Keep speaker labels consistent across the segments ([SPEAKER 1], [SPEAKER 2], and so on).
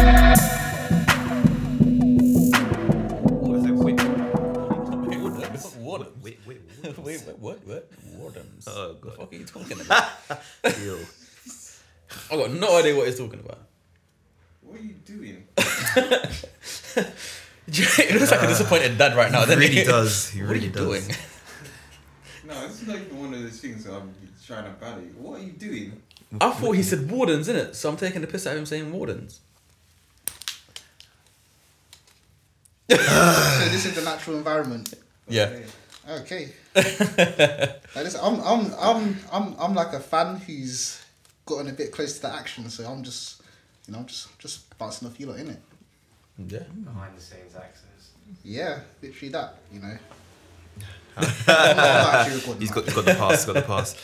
[SPEAKER 1] What Wardums?
[SPEAKER 2] Wait, wait,
[SPEAKER 1] Wait, what? What? What? Wardums?
[SPEAKER 2] Oh,
[SPEAKER 1] the
[SPEAKER 2] God.
[SPEAKER 1] fuck are you talking about?
[SPEAKER 2] what? Yo.
[SPEAKER 1] I got no idea what he's talking about.
[SPEAKER 3] What are you doing?
[SPEAKER 1] it looks like a disappointed dad right now.
[SPEAKER 2] He
[SPEAKER 1] doesn't
[SPEAKER 2] really does. He
[SPEAKER 1] what are
[SPEAKER 2] really
[SPEAKER 1] you
[SPEAKER 2] does.
[SPEAKER 1] doing?
[SPEAKER 3] No, this is like one of those things that I'm trying to battle. you. What are you doing?
[SPEAKER 1] I thought he said wardens, innit? So I'm taking the piss out of him saying wardens.
[SPEAKER 4] Oh, So this is the natural environment.
[SPEAKER 1] Yeah.
[SPEAKER 4] Okay. I just, I'm, I'm, I'm, I'm, I'm like a fan who's gotten a bit close to the action, so I'm just, you know, I'm just, just bouncing off you lot, innit?
[SPEAKER 1] Yeah.
[SPEAKER 5] behind the scenes access.
[SPEAKER 4] Yeah, literally that, you know. I'm not actually recording
[SPEAKER 2] He's
[SPEAKER 4] that.
[SPEAKER 2] got, got the pass, got the pass.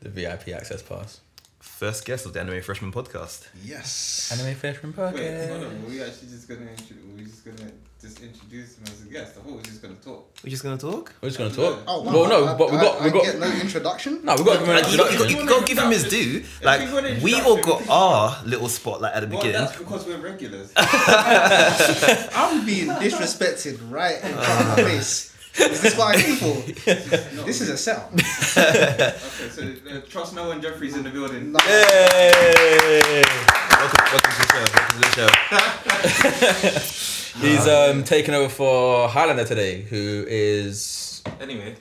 [SPEAKER 1] The VIP access pass.
[SPEAKER 2] First guest of the Anime Freshman podcast.
[SPEAKER 4] Yes.
[SPEAKER 1] Anime freshman
[SPEAKER 3] Wait, hold
[SPEAKER 1] podcast.
[SPEAKER 3] on. Were we actually just gonna intro- were we just gonna just introduce him as a guest? I thought we were just gonna talk.
[SPEAKER 2] We're just gonna talk.
[SPEAKER 1] We're just gonna talk.
[SPEAKER 4] Oh, wow.
[SPEAKER 1] well, no,
[SPEAKER 4] I-
[SPEAKER 1] but we
[SPEAKER 4] I-
[SPEAKER 1] got,
[SPEAKER 4] I,
[SPEAKER 1] we got,
[SPEAKER 4] get no introduction.
[SPEAKER 1] no, we got to give him an
[SPEAKER 2] You, you,
[SPEAKER 1] introduction.
[SPEAKER 2] you gotta give him his due. Like
[SPEAKER 3] we wanna
[SPEAKER 2] we
[SPEAKER 3] introduce
[SPEAKER 2] all
[SPEAKER 3] him.
[SPEAKER 2] got our little spotlight at the
[SPEAKER 3] Well,
[SPEAKER 2] beginning.
[SPEAKER 3] that's because we're regulars.
[SPEAKER 4] I'm being disrespected right in front of my face. Is this what I came for?
[SPEAKER 3] No,
[SPEAKER 4] This is a setup.
[SPEAKER 3] okay. So uh, trust no one. Jeffrey's in the building.
[SPEAKER 4] Nah.
[SPEAKER 1] Yay!
[SPEAKER 2] Welcome, welcome to the show. Welcome to the show.
[SPEAKER 1] He's um taking over for Highlander today, who is
[SPEAKER 3] Anyway,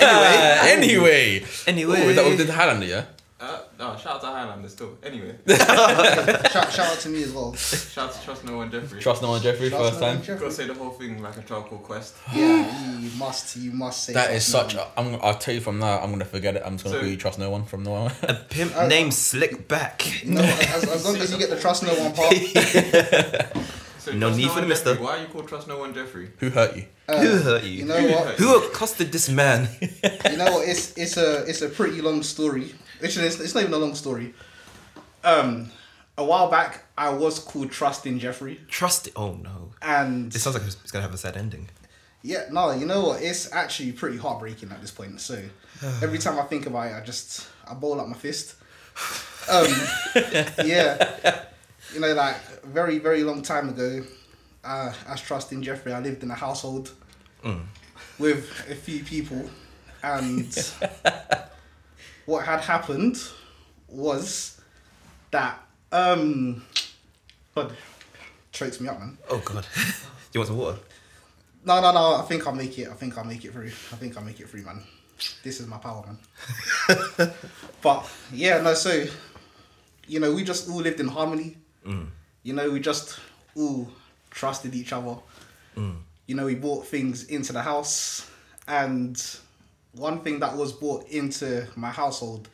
[SPEAKER 1] Ah, anyway.
[SPEAKER 2] Anyway,
[SPEAKER 1] Ooh, is that what we did to Highlander? Yeah.
[SPEAKER 3] uh, no, shout out to Highlander still. Anyway,
[SPEAKER 4] Shout, shout out to me as well.
[SPEAKER 3] shout out to trust no one. Jeffrey.
[SPEAKER 1] Trust no one, Jeffrey.
[SPEAKER 4] Shout out
[SPEAKER 1] first
[SPEAKER 4] to my
[SPEAKER 1] time.
[SPEAKER 4] man
[SPEAKER 3] Gotta
[SPEAKER 4] Jeffrey.
[SPEAKER 3] say the whole thing like a charcoal quest.
[SPEAKER 4] Yeah, you must, you must say
[SPEAKER 1] That is
[SPEAKER 4] something.
[SPEAKER 1] such. A, I'm. I'll tell you from now. I'm gonna forget it. I'm just gonna
[SPEAKER 3] So-
[SPEAKER 1] call you trust no one from now on.
[SPEAKER 2] a pimp
[SPEAKER 3] Oh.
[SPEAKER 2] named Slick Back.
[SPEAKER 4] No, as, as long as you get the trust no one part.
[SPEAKER 3] So
[SPEAKER 2] No
[SPEAKER 3] Trust
[SPEAKER 2] need for
[SPEAKER 3] One
[SPEAKER 2] the mister.
[SPEAKER 3] Jeffrey, Why are you called trust no one Jeffrey?
[SPEAKER 1] Who hurt you?
[SPEAKER 2] Who
[SPEAKER 4] Uh,
[SPEAKER 2] hurt you?
[SPEAKER 4] you know what?
[SPEAKER 2] Who accosted this man?
[SPEAKER 4] You know what? It's it's a it's a pretty long story. Actually, it's, it's not even a long story. Um, a while back, I was called Trusting Jeffrey,
[SPEAKER 2] Trust it. Oh no.
[SPEAKER 4] and
[SPEAKER 2] It sounds like it's gonna have a sad ending.
[SPEAKER 4] yeah, no, you know what? It's actually pretty heartbreaking at this point. So every time I think about it, I just I ball up my fist. Um, yeah, you know, like very very long time ago, uh, as Trusting Jeffrey, I lived in a household with a few people, and what had happened was that um, God, chokes me up, man.
[SPEAKER 2] Oh god. Do you want some water?
[SPEAKER 4] No, no, no. I think I'll make it. I think I'll make it through. I think I'll make it through, man. This is my power, man. but yeah, no. So, you know, we just all lived in harmony. You know, we just all trusted each other. You know, we brought things into the house, and one thing that was brought into my household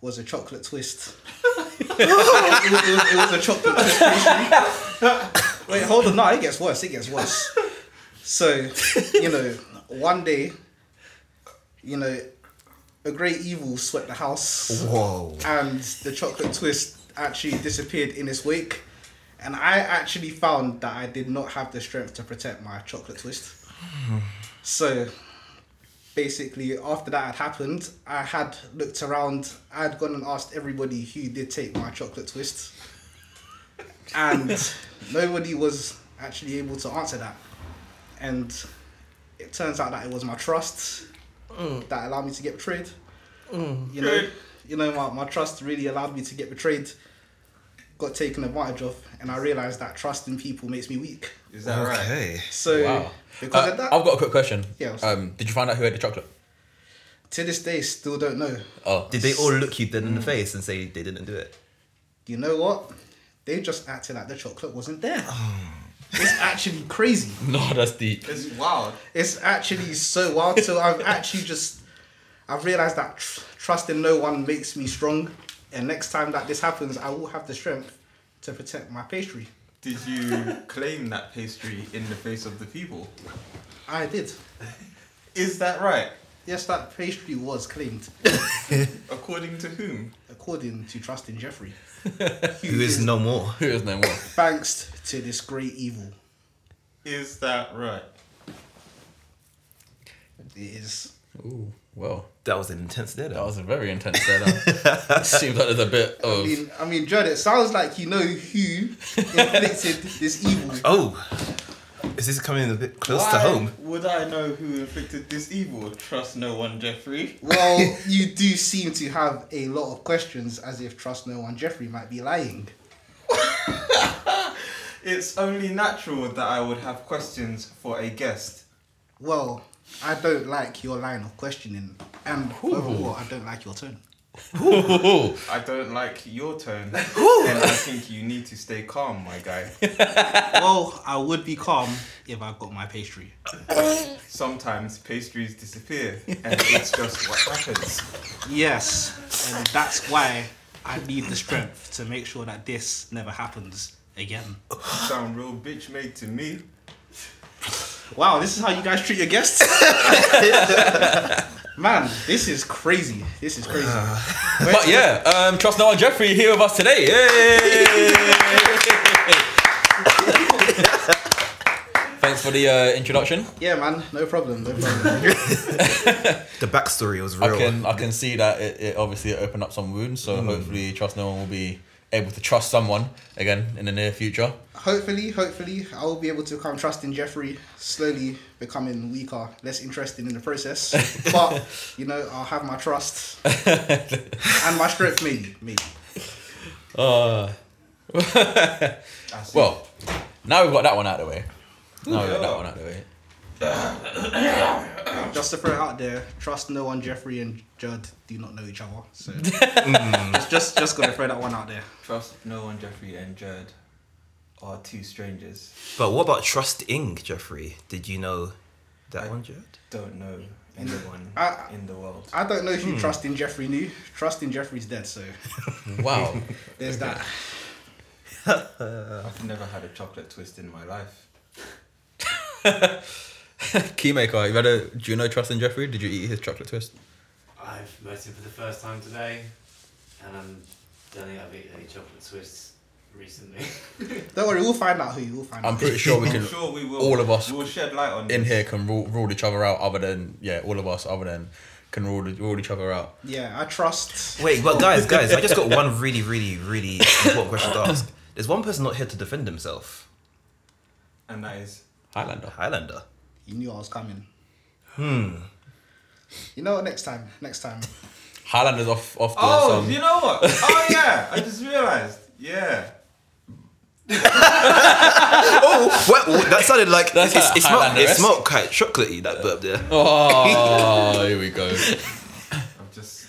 [SPEAKER 4] was a chocolate twist. it, was, it was- it was a chocolate twist. pastry. Wait, hold on. No, it gets worse. It gets worse. So, you know, one day, you know, a great evil swept the house,
[SPEAKER 2] Whoa.
[SPEAKER 4] and the chocolate twist actually disappeared in its wake. And I actually found that I did not have the strength to protect my chocolate twist. So, basically, after that had happened, I had looked around, I had gone and asked everybody who did take my chocolate twist. And nobody was actually able to answer that. And it turns out that it was my trust
[SPEAKER 1] Mm.
[SPEAKER 4] that allowed me to get betrayed. You know, you know, my, my trust really allowed me to get betrayed, got taken advantage of, and I realized that trusting people makes me weak.
[SPEAKER 3] Is that right?
[SPEAKER 2] Okay.
[SPEAKER 4] So
[SPEAKER 1] Wow.
[SPEAKER 4] because
[SPEAKER 1] Uh,
[SPEAKER 4] of that,
[SPEAKER 1] I've got a quick question.
[SPEAKER 4] Yeah, what's-
[SPEAKER 1] Um, did you find out who ate the chocolate?
[SPEAKER 4] to this day, still don't know.
[SPEAKER 1] Oh,
[SPEAKER 2] Did they all look you dead in the face and say they didn't do it?
[SPEAKER 4] You know what? They just acted like the chocolate wasn't there. It's actually crazy.
[SPEAKER 1] no, that's deep.
[SPEAKER 3] It's wild.
[SPEAKER 4] It's actually so wild. So I've actually just, I've realized that tr- trusting no one makes me strong. And next time that this happens, I will have the strength to protect my pastry.
[SPEAKER 3] Did you claim that pastry in the face of the people?
[SPEAKER 4] I did.
[SPEAKER 3] Is that right?
[SPEAKER 4] Yes, that pastry was claimed,
[SPEAKER 3] According to whom?
[SPEAKER 4] according to Trusting Jeffrey.
[SPEAKER 2] Who is no more?
[SPEAKER 1] Who is no more?
[SPEAKER 4] Thanks to this great evil.
[SPEAKER 3] Is that right?
[SPEAKER 4] It is.
[SPEAKER 1] Ooh, well,
[SPEAKER 2] That was an intense day.
[SPEAKER 1] that was a very intense setup. Seems like there's a bit
[SPEAKER 4] I
[SPEAKER 1] of.
[SPEAKER 4] mean, I mean, Judd, it sounds like you know who inflicted this evil.
[SPEAKER 2] Oh. Is this coming a bit close
[SPEAKER 3] Why
[SPEAKER 2] to home?
[SPEAKER 3] Would I know who inflicted this evil? Trust no one, Jeffrey.
[SPEAKER 4] Well, you do seem to have a lot of questions as if Trust No One Jeffrey might be lying.
[SPEAKER 3] It's only natural that I would have questions for a guest.
[SPEAKER 4] Well, I don't like your line of questioning, and overall, I don't like your tone.
[SPEAKER 1] Ooh.
[SPEAKER 3] I don't like your tone, and I think you need to stay calm, my guy.
[SPEAKER 4] well, I would be calm if I got my pastry.
[SPEAKER 3] Sometimes pastries disappear, and it's just what happens.
[SPEAKER 4] Yes, and that's why I need the strength to make sure that this never happens again.
[SPEAKER 3] Sound real bitch made to me.
[SPEAKER 4] Wow, this is how you guys treat your guests? Man, this is crazy. This is crazy.
[SPEAKER 1] But yeah, um, Trust Noah Jeffrey here with us today. Yay! Thanks for the uh, introduction.
[SPEAKER 4] Yeah, man, no problem, no problem.
[SPEAKER 2] The backstory was real.
[SPEAKER 1] I can I can see that it, it obviously opened up some wounds. So hopefully, Trust No One will be able to trust someone again in the near future.
[SPEAKER 4] hopefully, hopefully, I will be able to become trusting Jeffrey, slowly becoming weaker, less interested in the process. But, you know, I'll have my trust and my strength, maybe, maybe.
[SPEAKER 1] Uh,
[SPEAKER 3] I see.
[SPEAKER 1] well, now we've got that one out of the way. Now we've got that one out of the way.
[SPEAKER 4] Just to throw it out there, trust no one. Jeffrey and Judd do not know each other, so Mm. just just just gonna throw that one out there.
[SPEAKER 3] trust no one, Jeffrey and Jerd are two strangers.
[SPEAKER 2] But what about Trust Inc., Jeffrey? Did you know that
[SPEAKER 3] I-
[SPEAKER 2] one, Jared?
[SPEAKER 3] Don't know anyone
[SPEAKER 4] I-
[SPEAKER 3] in the world.
[SPEAKER 4] I don't know if you
[SPEAKER 1] Hmm.
[SPEAKER 4] trust in Jeffrey knew. Trust in Jeffrey's dead, so
[SPEAKER 1] Wow.
[SPEAKER 4] there's that.
[SPEAKER 3] I've never had a chocolate twist in my life.
[SPEAKER 1] Keymaker, you had a, do you know Trust and Jeffrey? Did you eat his chocolate twist?
[SPEAKER 5] I've met him for the first time today, and I'm, don't think I've eaten any chocolate twists recently.
[SPEAKER 4] Don't worry, we'll find out who you will find
[SPEAKER 1] I'm
[SPEAKER 4] out.
[SPEAKER 1] pretty sure we
[SPEAKER 3] I'm
[SPEAKER 1] can.
[SPEAKER 3] sure we will.
[SPEAKER 1] all of us
[SPEAKER 3] will shed light on
[SPEAKER 1] in
[SPEAKER 3] this.
[SPEAKER 1] here can rule, rule each other out. Other than yeah, all of us. Other than can rule rule each other out.
[SPEAKER 4] yeah, I trust.
[SPEAKER 2] Wait, but guys, guys, I just got one really, really, really important question to ask. There's one person not here to defend himself.
[SPEAKER 3] And that is
[SPEAKER 1] Highlander.
[SPEAKER 2] Highlander.
[SPEAKER 4] You knew I was coming. Hmm. You know, what, next time, next time.
[SPEAKER 1] Highlander's off off the
[SPEAKER 3] Oh,
[SPEAKER 1] some-
[SPEAKER 3] you know what? Oh yeah, I just realized. Yeah.
[SPEAKER 2] Oh, well, that sounded like
[SPEAKER 1] That's
[SPEAKER 2] it's,
[SPEAKER 1] like
[SPEAKER 2] it's not.
[SPEAKER 1] Highlander-esque.
[SPEAKER 2] It's not quite chocolatey that burp there.
[SPEAKER 1] Oh, here we go.
[SPEAKER 3] I've just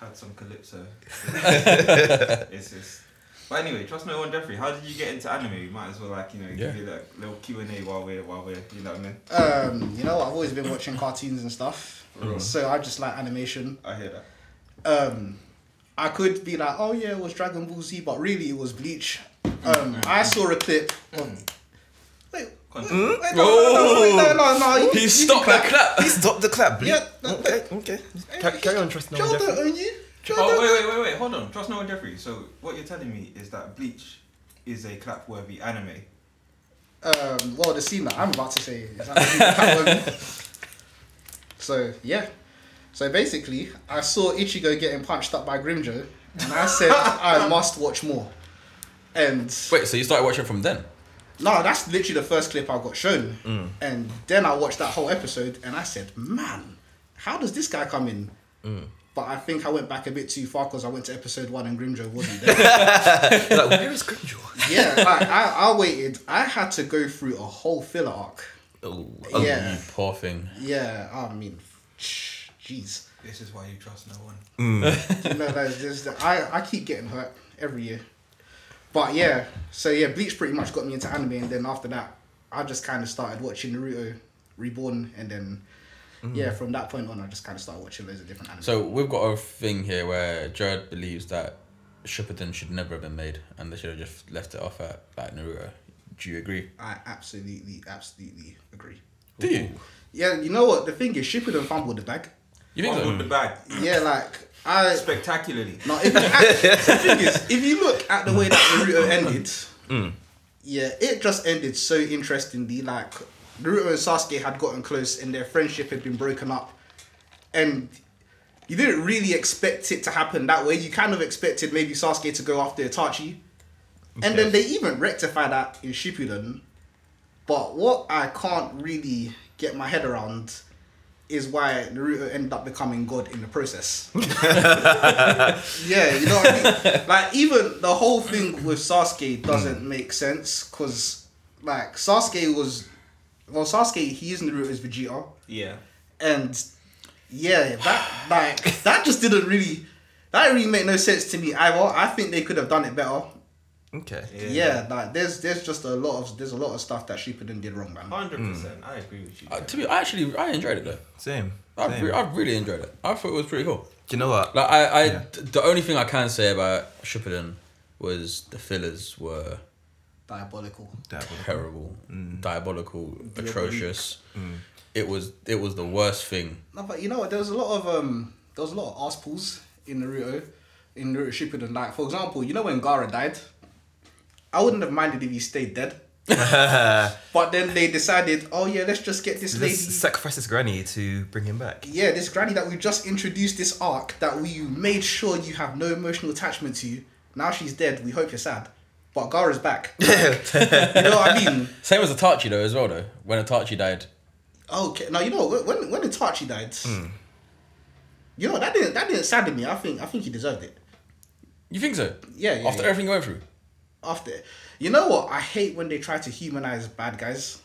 [SPEAKER 3] had some calypso. it's just. But anyway, trust no one, Jeffrey. How did you get into anime? You might as well like you know
[SPEAKER 1] Yeah.
[SPEAKER 3] give you like little Q and A while we're while we're you know what I mean.
[SPEAKER 4] Um, you know, I've always been watching cartoons and stuff, so I just like animation.
[SPEAKER 3] I hear that.
[SPEAKER 4] um, I could be like, oh yeah, it was Dragon Ball Z, but really it was Bleach. Um, I saw a clip. Of, wait, wait,
[SPEAKER 1] Hmm?
[SPEAKER 3] Continue.
[SPEAKER 4] wait, no, no, no, wait, no, no, no, you-
[SPEAKER 1] He stopped the clap.
[SPEAKER 2] Please stop the clap, please.
[SPEAKER 4] Yeah, no,
[SPEAKER 2] okay, okay. Ca- Carry on, trust no one,
[SPEAKER 4] Joe don't
[SPEAKER 2] Jeffrey.
[SPEAKER 4] own you. Joe
[SPEAKER 3] Oh
[SPEAKER 4] don't-
[SPEAKER 3] wait wait wait wait hold on. Trust no one, Jeffrey. So what you're telling me is that Bleach is a clap-worthy anime.
[SPEAKER 4] Um, well, the scene that I'm about to say is actually that one. So yeah, so basically, I saw Ichigo getting punched up by Grimjo, and I said I must watch more. And
[SPEAKER 1] Wait, so you started watching from then?
[SPEAKER 4] No, that's literally the first clip I got shown. And then I watched that whole episode and I said, man, how does this guy come in? But I think I went back a bit too far because I went to episode one and Grimjo wasn't there.
[SPEAKER 2] Like, where is Grimjaw?
[SPEAKER 4] yeah, like, I, I waited. I had to go through a whole filler arc.
[SPEAKER 2] Oh,
[SPEAKER 4] Yeah,
[SPEAKER 1] You poor thing.
[SPEAKER 4] yeah. I mean, jeez.
[SPEAKER 3] This is why you trust no one.
[SPEAKER 4] you know, there's, there's, I, I keep getting hurt every year. But yeah, so yeah, Bleach pretty much got me into anime, and then after that, I just kind of started watching Naruto Reborn, and then yeah, from that point on, I just kind of started watching loads of different anime.
[SPEAKER 1] So we've got a thing here where Jared believes that Shippuden should never have been made, and they should have just left it off at like Naruto. Do you agree?
[SPEAKER 4] I absolutely, absolutely agree.
[SPEAKER 1] Do you?
[SPEAKER 4] Yeah, you know what? The thing is, Shippuden fumbled the bag.
[SPEAKER 1] You think
[SPEAKER 3] Fumbled the
[SPEAKER 1] so?
[SPEAKER 3] bag
[SPEAKER 4] Yeah, like I
[SPEAKER 3] spectacularly.
[SPEAKER 4] No, if you, act, the thing is, if you look at the way that Naruto ended, yeah, it just ended so interestingly. Like Naruto and Sasuke had gotten close, and their friendship had been broken up, and you didn't really expect it to happen that way. You kind of expected maybe Sasuke to go after Itachi, and then they even rectify that in Shippuden, But what I can't really get my head around is why Naruto ended up becoming God in the process. yeah, you know what I mean? Like, even the whole thing with Sasuke doesn't make sense because, like, Sasuke was. Well, Sasuke, he used Naruto as Vegeta.
[SPEAKER 3] Yeah.
[SPEAKER 4] And yeah, that like that just didn't really that really made no sense to me either. I think they could have done it better.
[SPEAKER 2] Okay.
[SPEAKER 4] Yeah, like there's there's just a lot of there's a lot of stuff that Shippuden did wrong, man.
[SPEAKER 3] Hundred percent. I agree with you.
[SPEAKER 1] Uh, to be, I actually I enjoyed it though.
[SPEAKER 2] Same.
[SPEAKER 1] I,
[SPEAKER 2] Same.
[SPEAKER 1] re-
[SPEAKER 2] Do
[SPEAKER 1] I really enjoyed it. I thought it was pretty cool.
[SPEAKER 2] you know what?
[SPEAKER 1] Like I, I th- the only thing I can say about Shippuden was the fillers were
[SPEAKER 4] Diabolical.
[SPEAKER 2] That was-
[SPEAKER 1] terrible,
[SPEAKER 4] Mm.
[SPEAKER 1] diabolical, atrocious. It was it was the worst thing.
[SPEAKER 4] No, but you know what? There was a lot of um there was a lot of arse pulls in Naruto, in Naruto Shippuden. Like for example, you know when Gara died, I wouldn't have minded if he stayed dead. but then they decided, oh yeah, let's just get this lady.
[SPEAKER 2] Let's sacrifice his granny to bring him back.
[SPEAKER 4] yeah, this granny that we just introduced this arc that we made sure you have no emotional attachment to. Now she's dead. We hope you're sad. But Gara's back. you know what I mean?
[SPEAKER 1] Same as Itachi though, as well though. When Itachi died,
[SPEAKER 4] Okay. Now you know when when Itachi died. You know that didn't that didn't sadden me. I think I think he deserved it.
[SPEAKER 1] you think so?
[SPEAKER 4] Yeah, yeah,
[SPEAKER 1] After
[SPEAKER 4] yeah.
[SPEAKER 1] everything you went through,
[SPEAKER 4] After, you know what? I hate when they try to humanize bad guys.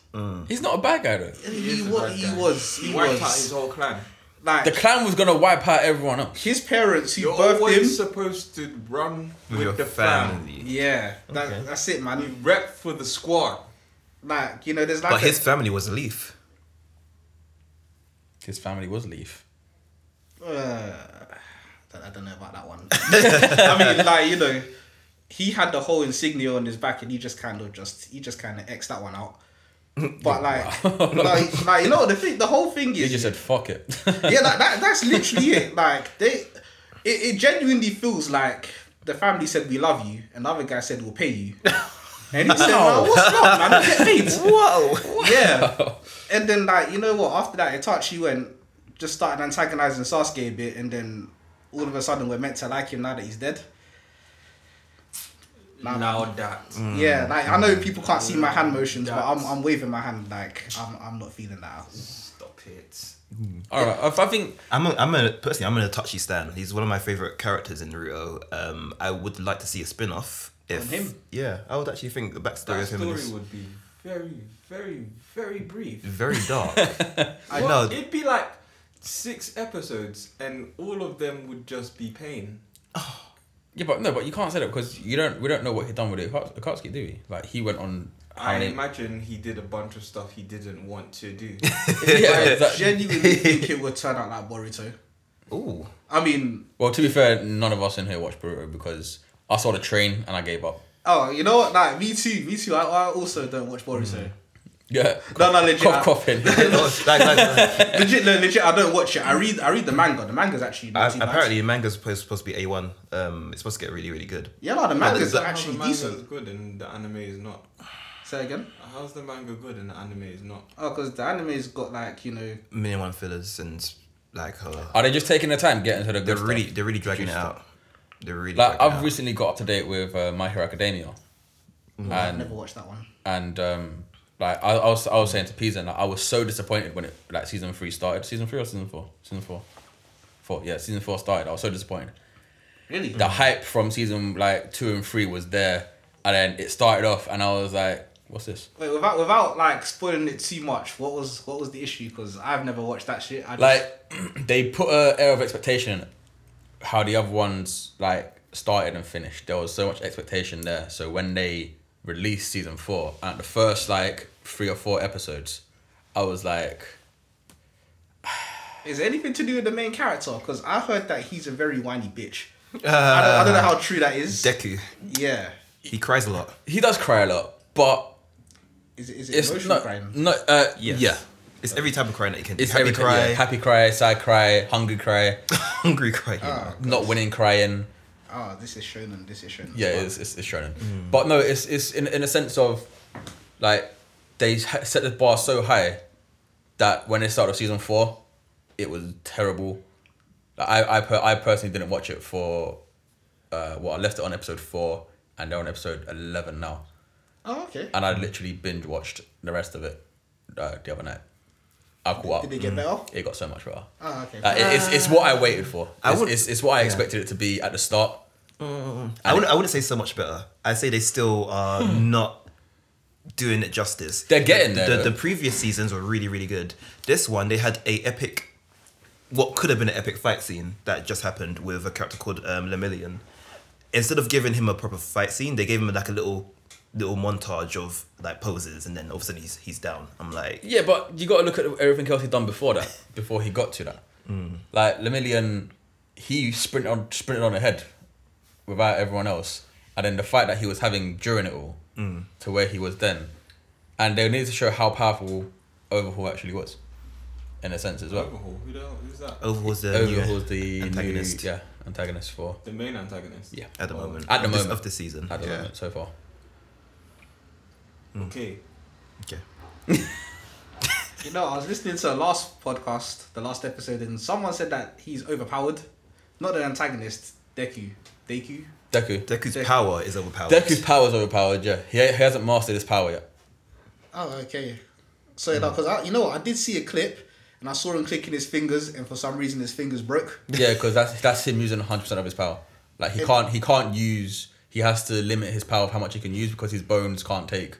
[SPEAKER 1] he's not a bad guy though.
[SPEAKER 4] He,
[SPEAKER 3] is a
[SPEAKER 4] wa-
[SPEAKER 3] bad
[SPEAKER 4] he
[SPEAKER 3] guy.
[SPEAKER 4] was. He
[SPEAKER 3] He
[SPEAKER 4] was.
[SPEAKER 3] wiped out his whole clan.
[SPEAKER 4] like
[SPEAKER 1] The clan was gonna wipe out everyone else.
[SPEAKER 4] his parents who
[SPEAKER 3] You're
[SPEAKER 4] birthed him.
[SPEAKER 3] always supposed to run with,
[SPEAKER 2] With, your
[SPEAKER 3] the family.
[SPEAKER 2] family.
[SPEAKER 4] yeah, that,
[SPEAKER 2] Okay.
[SPEAKER 4] that's it, man.
[SPEAKER 3] You rep for the squad.
[SPEAKER 4] Like you know, there's like
[SPEAKER 2] But
[SPEAKER 4] a-
[SPEAKER 2] his family was a leaf.
[SPEAKER 1] His family was leaf.
[SPEAKER 4] Uh, I don't know about that one. I mean, like you know, he had the whole insignia on his back, and he just kind of just he just kind of x that one out. But like, like, like you know, the thing, the whole thing
[SPEAKER 1] He
[SPEAKER 4] is,
[SPEAKER 1] just said fuck it.
[SPEAKER 4] yeah, like, that that's literally it. Like they, it, it genuinely feels like the family said we love you, and the other guy said we'll pay you, and he said, well, "What's love, man? We'll get paid."
[SPEAKER 2] Whoa!
[SPEAKER 4] Yeah. And then like you know what? After that, Itachi went just started antagonizing Sasuke a bit, and then all of a sudden we're meant to like him now that he's dead. Nah,
[SPEAKER 3] now that.
[SPEAKER 2] Mm.
[SPEAKER 4] Yeah, like I know people can't see my hand motions, but I'm, I'm waving my hand like I'm, I'm not feeling that.
[SPEAKER 3] Stop it.
[SPEAKER 1] All right, I, I think
[SPEAKER 2] I'm a, I'm a personally I'm an Itachi stan. He's one of my favorite characters in Naruto. Um, I would like to see a spin off. If
[SPEAKER 4] On him?
[SPEAKER 2] Yeah, I would actually think the backstory
[SPEAKER 3] That
[SPEAKER 2] of him
[SPEAKER 3] story
[SPEAKER 2] is
[SPEAKER 3] would be very, very, very brief.
[SPEAKER 2] very dark. I
[SPEAKER 3] Well,
[SPEAKER 2] know.
[SPEAKER 3] It'd be like six episodes, and all of them would just be pain.
[SPEAKER 1] yeah, but no, but you can't say that because you don't. We don't know what he done with Akatsuki, do we? Like he went on. how
[SPEAKER 3] I
[SPEAKER 1] many-
[SPEAKER 3] imagine he did a bunch of stuff he didn't want to do.
[SPEAKER 1] yeah,
[SPEAKER 4] I
[SPEAKER 1] that-
[SPEAKER 4] genuinely think it would turn out like Boruto.
[SPEAKER 2] Ooh.
[SPEAKER 4] I mean,
[SPEAKER 1] Well, to be fair, none of us in here watched Boruto because I saw the train and I gave up.
[SPEAKER 4] oh, you know what? Like me too, me too. I, I also don't watch Boruto.
[SPEAKER 1] Yeah.
[SPEAKER 4] No, no, legit. I-
[SPEAKER 1] Cough, coughing.
[SPEAKER 2] Oh, like, like, like,
[SPEAKER 4] legit, no, legit. I don't watch it. I read, I read the manga. The manga's actually not
[SPEAKER 2] I,
[SPEAKER 4] too bad.
[SPEAKER 2] apparently, the manga's supposed, supposed to be A1. Um, it's supposed to get really, really good.
[SPEAKER 4] Yeah, no, the manga's
[SPEAKER 2] that-
[SPEAKER 4] actually
[SPEAKER 3] How's the manga's
[SPEAKER 4] decent.
[SPEAKER 3] good and the anime is not?
[SPEAKER 4] Say again.
[SPEAKER 3] How's the manga good and the anime is not?
[SPEAKER 4] Oh, because the anime's got like you know.
[SPEAKER 2] Million one fillers and like uh,
[SPEAKER 1] Are they just taking the time getting to the good
[SPEAKER 2] they're
[SPEAKER 1] stuff?
[SPEAKER 2] really they're really dragging it out. They're really
[SPEAKER 1] Like
[SPEAKER 2] dragging
[SPEAKER 1] I've
[SPEAKER 2] it out.
[SPEAKER 1] recently got up to date with uh, My Hero Academia,
[SPEAKER 4] I've
[SPEAKER 1] and
[SPEAKER 4] never watched that one.
[SPEAKER 1] and um, like I, I was I was saying to Pisa, and I was so disappointed when it like season three started. Season three or season four? Season four. Four. Yeah, season four started. I was so disappointed.
[SPEAKER 4] Really?
[SPEAKER 1] The hype from season like two and three was there, and then it started off, and I was like, "What's this?"
[SPEAKER 4] Wait, without without like spoiling it too much, what was what was the issue? Because I've never watched that shit. I just,
[SPEAKER 1] like they put a air of expectation in it. how the other ones like started and finished there was so much expectation there so when they released season four and the first like three or four episodes i was like
[SPEAKER 4] is it anything to do with the main character? Because I heard that he's a very whiny bitch. I, don't, I
[SPEAKER 1] Uh,
[SPEAKER 4] don't know how true that is.
[SPEAKER 2] Deku.
[SPEAKER 4] yeah.
[SPEAKER 2] He cries a lot.
[SPEAKER 1] he does cry a lot but
[SPEAKER 4] Is it, is it
[SPEAKER 1] it's
[SPEAKER 4] emotional
[SPEAKER 1] not
[SPEAKER 4] crime?
[SPEAKER 1] no uh
[SPEAKER 2] Yeah. It's every type of crying that you can do.
[SPEAKER 1] it's
[SPEAKER 2] happy
[SPEAKER 1] every
[SPEAKER 2] cry,
[SPEAKER 1] cry happy cry sad cry hungry cry
[SPEAKER 2] hungry cry. you know.
[SPEAKER 1] not winning crying
[SPEAKER 4] Oh, this is shonen. This is shonen.
[SPEAKER 1] Yeah, it's it's, it's shonen. But no, it's it's in in a sense of like they ha- set the bar so high that when they started season four, it was terrible. Like, I I per- I personally didn't watch it for, uh, well I left it on episode four and they're on episode eleven now,
[SPEAKER 4] Oh, okay.
[SPEAKER 1] Uh, and I literally binge watched the rest of it uh, the other night. I caught up.
[SPEAKER 4] Did it get better?
[SPEAKER 1] It got so much better.
[SPEAKER 4] Ah, okay.
[SPEAKER 1] Like, it- it's, it's what I waited for. It's,
[SPEAKER 2] I would-
[SPEAKER 1] it's, it's what I
[SPEAKER 2] yeah.
[SPEAKER 1] expected it to be at the start.
[SPEAKER 2] I wouldn't. I wouldn't say so much better. I say they still are not doing it justice.
[SPEAKER 1] Hmm. They're getting
[SPEAKER 2] The-
[SPEAKER 1] there,
[SPEAKER 2] The,
[SPEAKER 1] though.
[SPEAKER 2] the previous seasons were really, really good. This one, they had a epic, what could have been an epic fight scene that just happened with a character called um, Lemillion. Instead of giving him a proper fight scene, they gave him like a little, little montage of like poses, and then all of a sudden he's he's down. I'm like,
[SPEAKER 1] Yeah, but you got to look at everything else he done before that, before he got to that. Mm. Like Lemillion, he sprinted on sprinted on ahead without everyone else, and then the fight that he was having during it all to where he was then, and they needed to show how powerful Overhaul actually was, in a sense as well.
[SPEAKER 3] Overhaul. Who the hell? Who's that?
[SPEAKER 2] overhaul's the new-
[SPEAKER 1] Overhaul's the
[SPEAKER 2] antagonist.
[SPEAKER 1] antagonist, yeah, antagonist for
[SPEAKER 3] The main antagonist.
[SPEAKER 1] Yeah.
[SPEAKER 2] at the moment
[SPEAKER 1] At the
[SPEAKER 2] of this-
[SPEAKER 1] moment.
[SPEAKER 2] of the season.
[SPEAKER 1] at the
[SPEAKER 2] Yeah.
[SPEAKER 1] moment so far.
[SPEAKER 3] Okay.
[SPEAKER 2] Okay.
[SPEAKER 4] You know, I was listening to the last podcast, the last episode, and someone said that he's overpowered. Not the antagonist, Deku. Deku?
[SPEAKER 1] Deku,
[SPEAKER 2] Deku's
[SPEAKER 4] Deku.
[SPEAKER 2] power is overpowered.
[SPEAKER 1] Deku's power's overpowered. Yeah, he, he hasn't mastered his power yet.
[SPEAKER 4] Oh, okay. So,
[SPEAKER 1] Hmm.
[SPEAKER 4] because I, you know, what, I did see a clip and I saw him clicking his fingers, and for some reason his fingers broke.
[SPEAKER 1] Yeah, because that's that's him using hundred percent of his power. Like he can't he can't use he has to limit his power of how much he can use because his bones can't take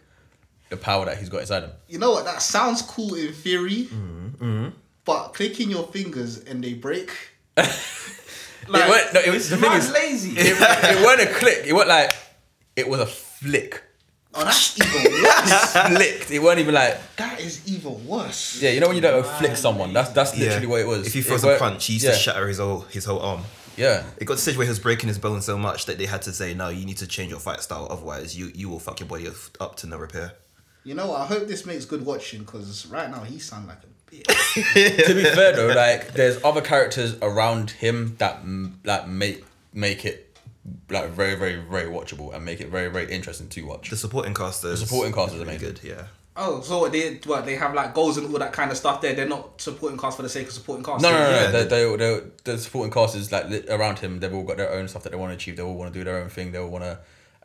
[SPEAKER 1] the power that he's got inside him.
[SPEAKER 4] You know what? That sounds cool in theory,
[SPEAKER 1] Mm-hmm,
[SPEAKER 4] but clicking your fingers and they break.
[SPEAKER 1] it weren't, no, it was the thing
[SPEAKER 3] Man's
[SPEAKER 1] is, it,
[SPEAKER 3] lazy.
[SPEAKER 1] it weren't a click. It weren't like it was a flick.
[SPEAKER 4] Oh, that's even worse.
[SPEAKER 1] Flicked. It weren't even like
[SPEAKER 4] that is even worse.
[SPEAKER 1] yeah. You know when you don't flick someone. That's that's
[SPEAKER 2] Yeah.
[SPEAKER 1] literally what it was.
[SPEAKER 2] If he
[SPEAKER 1] It
[SPEAKER 2] throws a
[SPEAKER 1] weren't-
[SPEAKER 2] punch, he used
[SPEAKER 1] yeah,
[SPEAKER 2] to shatter his whole his whole arm.
[SPEAKER 1] Yeah,
[SPEAKER 2] It got to the stage where he was breaking his bones so much that they had to say, "No, you need to change your fight style, otherwise you you will fuck your body f- up to no repair."
[SPEAKER 4] You know what? I hope this makes good watching because right now he sound like a bitch.
[SPEAKER 1] to be fair though, like there's other characters around him that m- that make make it like very very very watchable and make it very very interesting to watch.
[SPEAKER 2] The supporting cast, the
[SPEAKER 1] supporting cast is
[SPEAKER 2] really
[SPEAKER 1] amazing.
[SPEAKER 2] good. Yeah,
[SPEAKER 4] Oh, so what they what they have like goals and all that kind of stuff there. They're not supporting cast for the sake of supporting cast.
[SPEAKER 1] No, no, no.
[SPEAKER 2] Yeah,
[SPEAKER 1] no. They, they, they, the supporting cast is like li- around him. They've all got their own stuff that they want to achieve. They all want to do their own thing. They all want to,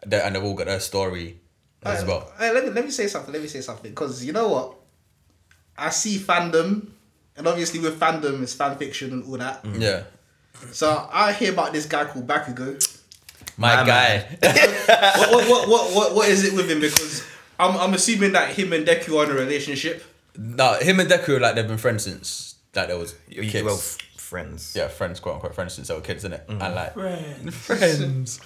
[SPEAKER 1] they, and they've all got their story as
[SPEAKER 4] Uh,
[SPEAKER 1] well.
[SPEAKER 4] uh, let me let me say something. Let me say something because you know what, I see fandom, and obviously with fandom it's fan fiction and all that.
[SPEAKER 1] Yeah,
[SPEAKER 4] So I hear about this guy called Bakugo.
[SPEAKER 1] my,
[SPEAKER 2] My
[SPEAKER 1] guy.
[SPEAKER 2] man.
[SPEAKER 4] what, what, what, what, what, what is it with him? Because I'm, I'm assuming that him and Deku are in a relationship.
[SPEAKER 1] no, him and Deku like they've been friends since like there was
[SPEAKER 2] you
[SPEAKER 1] kids.
[SPEAKER 2] well f- friends.
[SPEAKER 1] yeah, friends, quote unquote, friends since they were kids, isn't it? And like friends, friends.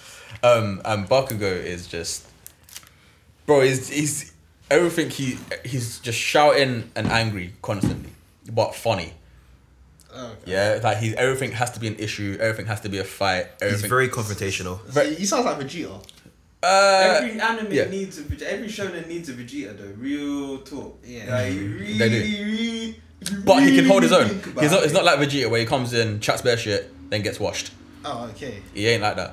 [SPEAKER 1] Um, and Bakugo is just, bro. He's he's everything. He he's just shouting and angry constantly, but funny.
[SPEAKER 4] Oh, Okay.
[SPEAKER 1] Yeah, like he's everything has to be an issue. Everything has to be a fight.
[SPEAKER 2] he's
[SPEAKER 1] Everything.
[SPEAKER 2] very confrontational.
[SPEAKER 1] Right.
[SPEAKER 4] He sounds like Vegeta.
[SPEAKER 1] Uh,
[SPEAKER 3] every anime
[SPEAKER 1] yeah.
[SPEAKER 3] needs a Vegeta. Every shonen needs a Vegeta, though. Real talk.
[SPEAKER 4] Yeah.
[SPEAKER 3] Like, really,
[SPEAKER 1] They do.
[SPEAKER 3] Really,
[SPEAKER 1] but he can hold his own.
[SPEAKER 3] think about
[SPEAKER 1] He's not. It's
[SPEAKER 3] it.
[SPEAKER 1] not like Vegeta where he comes in, chats bare shit, then gets washed.
[SPEAKER 4] Oh, okay.
[SPEAKER 1] He ain't like that.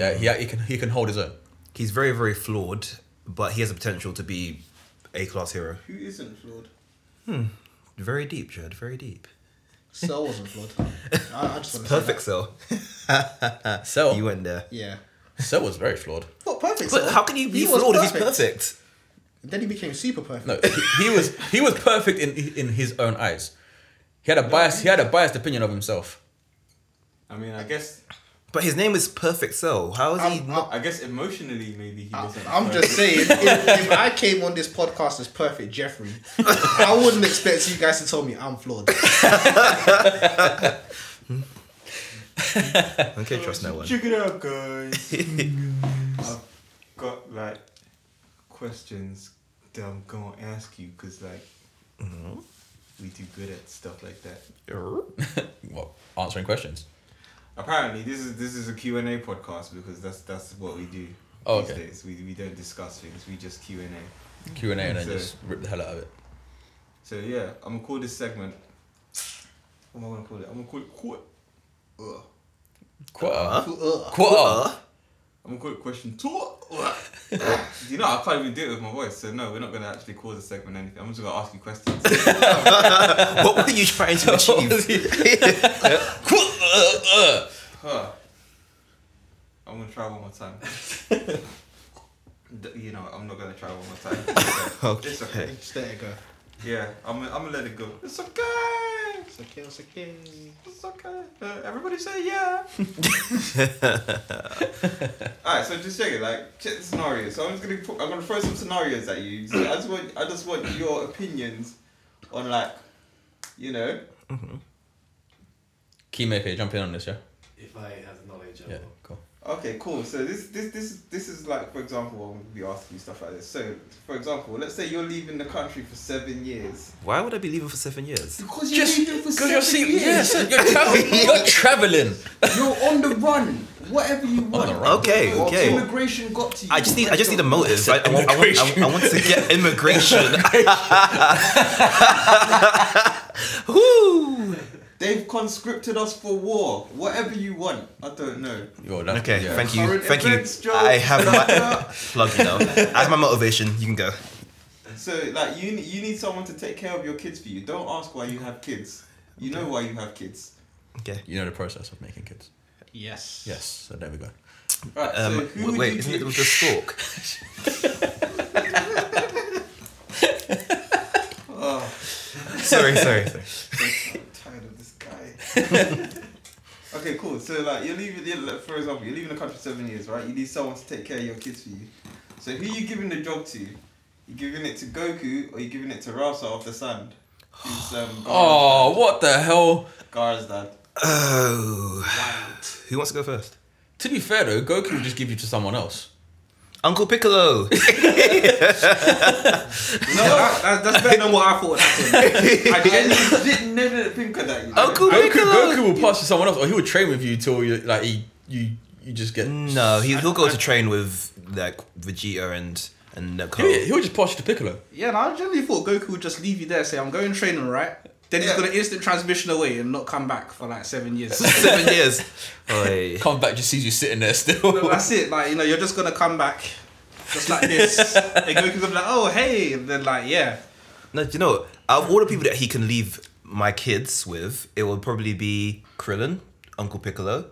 [SPEAKER 1] Yeah, he, he can he can hold his own.
[SPEAKER 2] He's very very flawed, but he has the potential to be a class hero.
[SPEAKER 3] Who isn't flawed?
[SPEAKER 2] Very deep, Jed. Very deep.
[SPEAKER 4] Cell wasn't flawed. I, I just want to
[SPEAKER 2] Perfect cell.
[SPEAKER 1] Cell
[SPEAKER 2] You went there.
[SPEAKER 4] Yeah.
[SPEAKER 1] Cell was very flawed.
[SPEAKER 4] Not perfect.
[SPEAKER 2] But
[SPEAKER 4] Cell.
[SPEAKER 2] how can he be
[SPEAKER 4] was
[SPEAKER 2] flawed if he's perfect?
[SPEAKER 4] Then he became super perfect.
[SPEAKER 1] No, he, he was he was perfect in in his own eyes. He had a bias. He had a biased opinion of himself.
[SPEAKER 3] I mean, I guess,
[SPEAKER 2] But his name is Perfect Cell. How is he
[SPEAKER 4] I'm-
[SPEAKER 2] not?
[SPEAKER 3] I guess emotionally, maybe he wasn't.
[SPEAKER 4] I'm
[SPEAKER 3] perfect.
[SPEAKER 4] just saying, if, if I came on this podcast as perfect Jeffrey, I wouldn't expect you guys to tell me I'm flawed.
[SPEAKER 2] okay, trust no one.
[SPEAKER 3] Check it out, guys. I've got like questions that I'm gonna ask you because like
[SPEAKER 1] Mm-hmm.
[SPEAKER 3] we do good at stuff like that.
[SPEAKER 1] Well, answering questions.
[SPEAKER 3] Apparently, this is this is a Q and A podcast because that's that's what we do.
[SPEAKER 1] Oh,
[SPEAKER 3] these
[SPEAKER 1] okay.
[SPEAKER 3] days. We, we don't discuss things. We just Q and A.
[SPEAKER 1] Q and A, and then
[SPEAKER 3] So-
[SPEAKER 1] just rip the hell out of it.
[SPEAKER 3] So yeah, I'm gonna call this segment. What am I gonna call it? I'm gonna call it. Call it ugh.
[SPEAKER 1] Quarter.
[SPEAKER 4] Ugh.
[SPEAKER 1] Quarter.
[SPEAKER 3] I'm gonna call it question two. you know, I can't even do it with my voice, so no, we're not gonna actually call the segment anything. I'm just gonna ask you questions.
[SPEAKER 2] what were you trying to achieve?
[SPEAKER 3] Huh. I'm gonna try one more time. D- you know, I'm not gonna try one more time. It's okay. It's okay.
[SPEAKER 4] Just let it go.
[SPEAKER 3] Yeah, I'm, I'm gonna let it go. It's okay.
[SPEAKER 4] It's okay, it's okay.
[SPEAKER 3] It's okay. Uh, everybody say yeah. Alright, so just check it. Like, check the scenario. So I'm just gonna put, I'm gonna throw some scenarios at you. So I just want I just want your opinions on like, you know,
[SPEAKER 1] Keymaker, jump in on this, yeah?
[SPEAKER 5] If I had the knowledge of
[SPEAKER 1] Yeah, cool.
[SPEAKER 3] Okay, cool. So this this this this is like for example, we ask you stuff like this. So for example, let's say you're leaving the country for seven years.
[SPEAKER 2] Why would I be leaving for seven years?
[SPEAKER 3] Because
[SPEAKER 1] Just because you're seeing, yes, you're traveling. you're traveling.
[SPEAKER 3] you're on the run. Whatever you want.
[SPEAKER 1] the run.
[SPEAKER 2] Okay,
[SPEAKER 3] What
[SPEAKER 2] okay.
[SPEAKER 3] Immigration got to you.
[SPEAKER 2] I just need I just need a motive. I, I, want, I, want, I, want to get immigration. Woo!
[SPEAKER 3] They've conscripted us for war. Whatever you want. I don't know.
[SPEAKER 1] Yo, that-
[SPEAKER 2] Okay,
[SPEAKER 1] yeah.
[SPEAKER 2] thank you,
[SPEAKER 3] Current
[SPEAKER 2] thank
[SPEAKER 3] events,
[SPEAKER 2] you.
[SPEAKER 3] Joe.
[SPEAKER 2] I have my plug. You know, I have my motivation. You can go.
[SPEAKER 3] So like you ne- you need someone to take care of your kids for you. Don't ask why you have kids. You know why you have kids.
[SPEAKER 2] Okay.
[SPEAKER 1] You know the process of making kids.
[SPEAKER 4] Yes.
[SPEAKER 1] Yes, so there we go.
[SPEAKER 3] Right.
[SPEAKER 2] Um,
[SPEAKER 3] so who
[SPEAKER 2] w-
[SPEAKER 3] would
[SPEAKER 2] wait,
[SPEAKER 3] you
[SPEAKER 2] isn't it
[SPEAKER 3] give-
[SPEAKER 2] with the stalk?
[SPEAKER 3] Oh.
[SPEAKER 2] sorry, sorry, sorry.
[SPEAKER 3] I'm tired of this guy. okay, cool. So like you're leaving, you're, like, for example, you're leaving the country seven years, right? You need someone to take care of your kids for you. So who you giving the job to? You giving it to Goku or you giving it to Rasa of the Sand? Who's um, Gaara's
[SPEAKER 1] Oh, what the hell?
[SPEAKER 3] dad. Gaara's dad.
[SPEAKER 2] Oh, who wants to go first?
[SPEAKER 1] To be fair though, Goku would just give you to someone else.
[SPEAKER 2] Uncle Piccolo.
[SPEAKER 3] No, that, that, that's better than what I thought. I genuinely didn't never think of that. You know?
[SPEAKER 2] Uncle
[SPEAKER 1] Goku,
[SPEAKER 2] Piccolo.
[SPEAKER 1] Goku will pass to someone else, or he will train with you till you like he, you you just get.
[SPEAKER 2] No, he, he'll go to train with like Vegeta and and Nicole.
[SPEAKER 1] He'll, he'll just pass you to Piccolo.
[SPEAKER 4] Yeah, no, I generally thought Goku would just leave you there, say, I'm going training, right? Then he's
[SPEAKER 3] Yeah.
[SPEAKER 4] got an instant transmission away and not come back for like seven years.
[SPEAKER 2] Seven years. Oi.
[SPEAKER 1] Comes back, just sees you sitting there
[SPEAKER 4] But
[SPEAKER 1] still.
[SPEAKER 4] that's it. Like you know, you're just gonna come back, just like this. and Goku's gonna be like, oh hey, and then like yeah,
[SPEAKER 2] No, do you know, out of all the people that he can leave my kids with, it would probably be Krillin, Uncle Piccolo,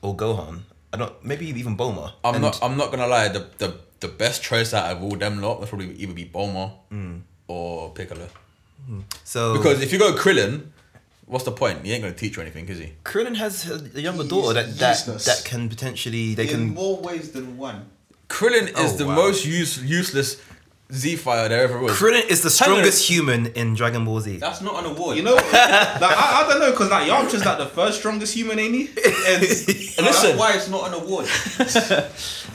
[SPEAKER 2] or Gohan. I don't. Maybe even Bulma.
[SPEAKER 1] I'm
[SPEAKER 2] And-
[SPEAKER 1] not. I'm not gonna lie. The the the best choice out of all them lot would probably either be Bulma or Piccolo.
[SPEAKER 2] So
[SPEAKER 1] Because if you go Krillin, what's the point? He ain't gonna teach you anything, is he?
[SPEAKER 2] Krillin has a younger
[SPEAKER 4] He's
[SPEAKER 2] daughter that that,
[SPEAKER 4] useless.
[SPEAKER 2] that can potentially they
[SPEAKER 3] In
[SPEAKER 2] can.
[SPEAKER 3] more ways than one.
[SPEAKER 1] Krillin
[SPEAKER 2] Oh,
[SPEAKER 1] is the
[SPEAKER 2] wow.
[SPEAKER 1] most use, useless Z fighter there ever was.
[SPEAKER 2] Krillin is the
[SPEAKER 1] Hang on a-
[SPEAKER 2] strongest human in Dragon Ball Z.
[SPEAKER 3] That's not an award.
[SPEAKER 4] you know. like, I, I don't know, cause like Yamcha's like the first strongest human, ain't he? And
[SPEAKER 3] And that's
[SPEAKER 1] Listen.
[SPEAKER 3] why it's not an award.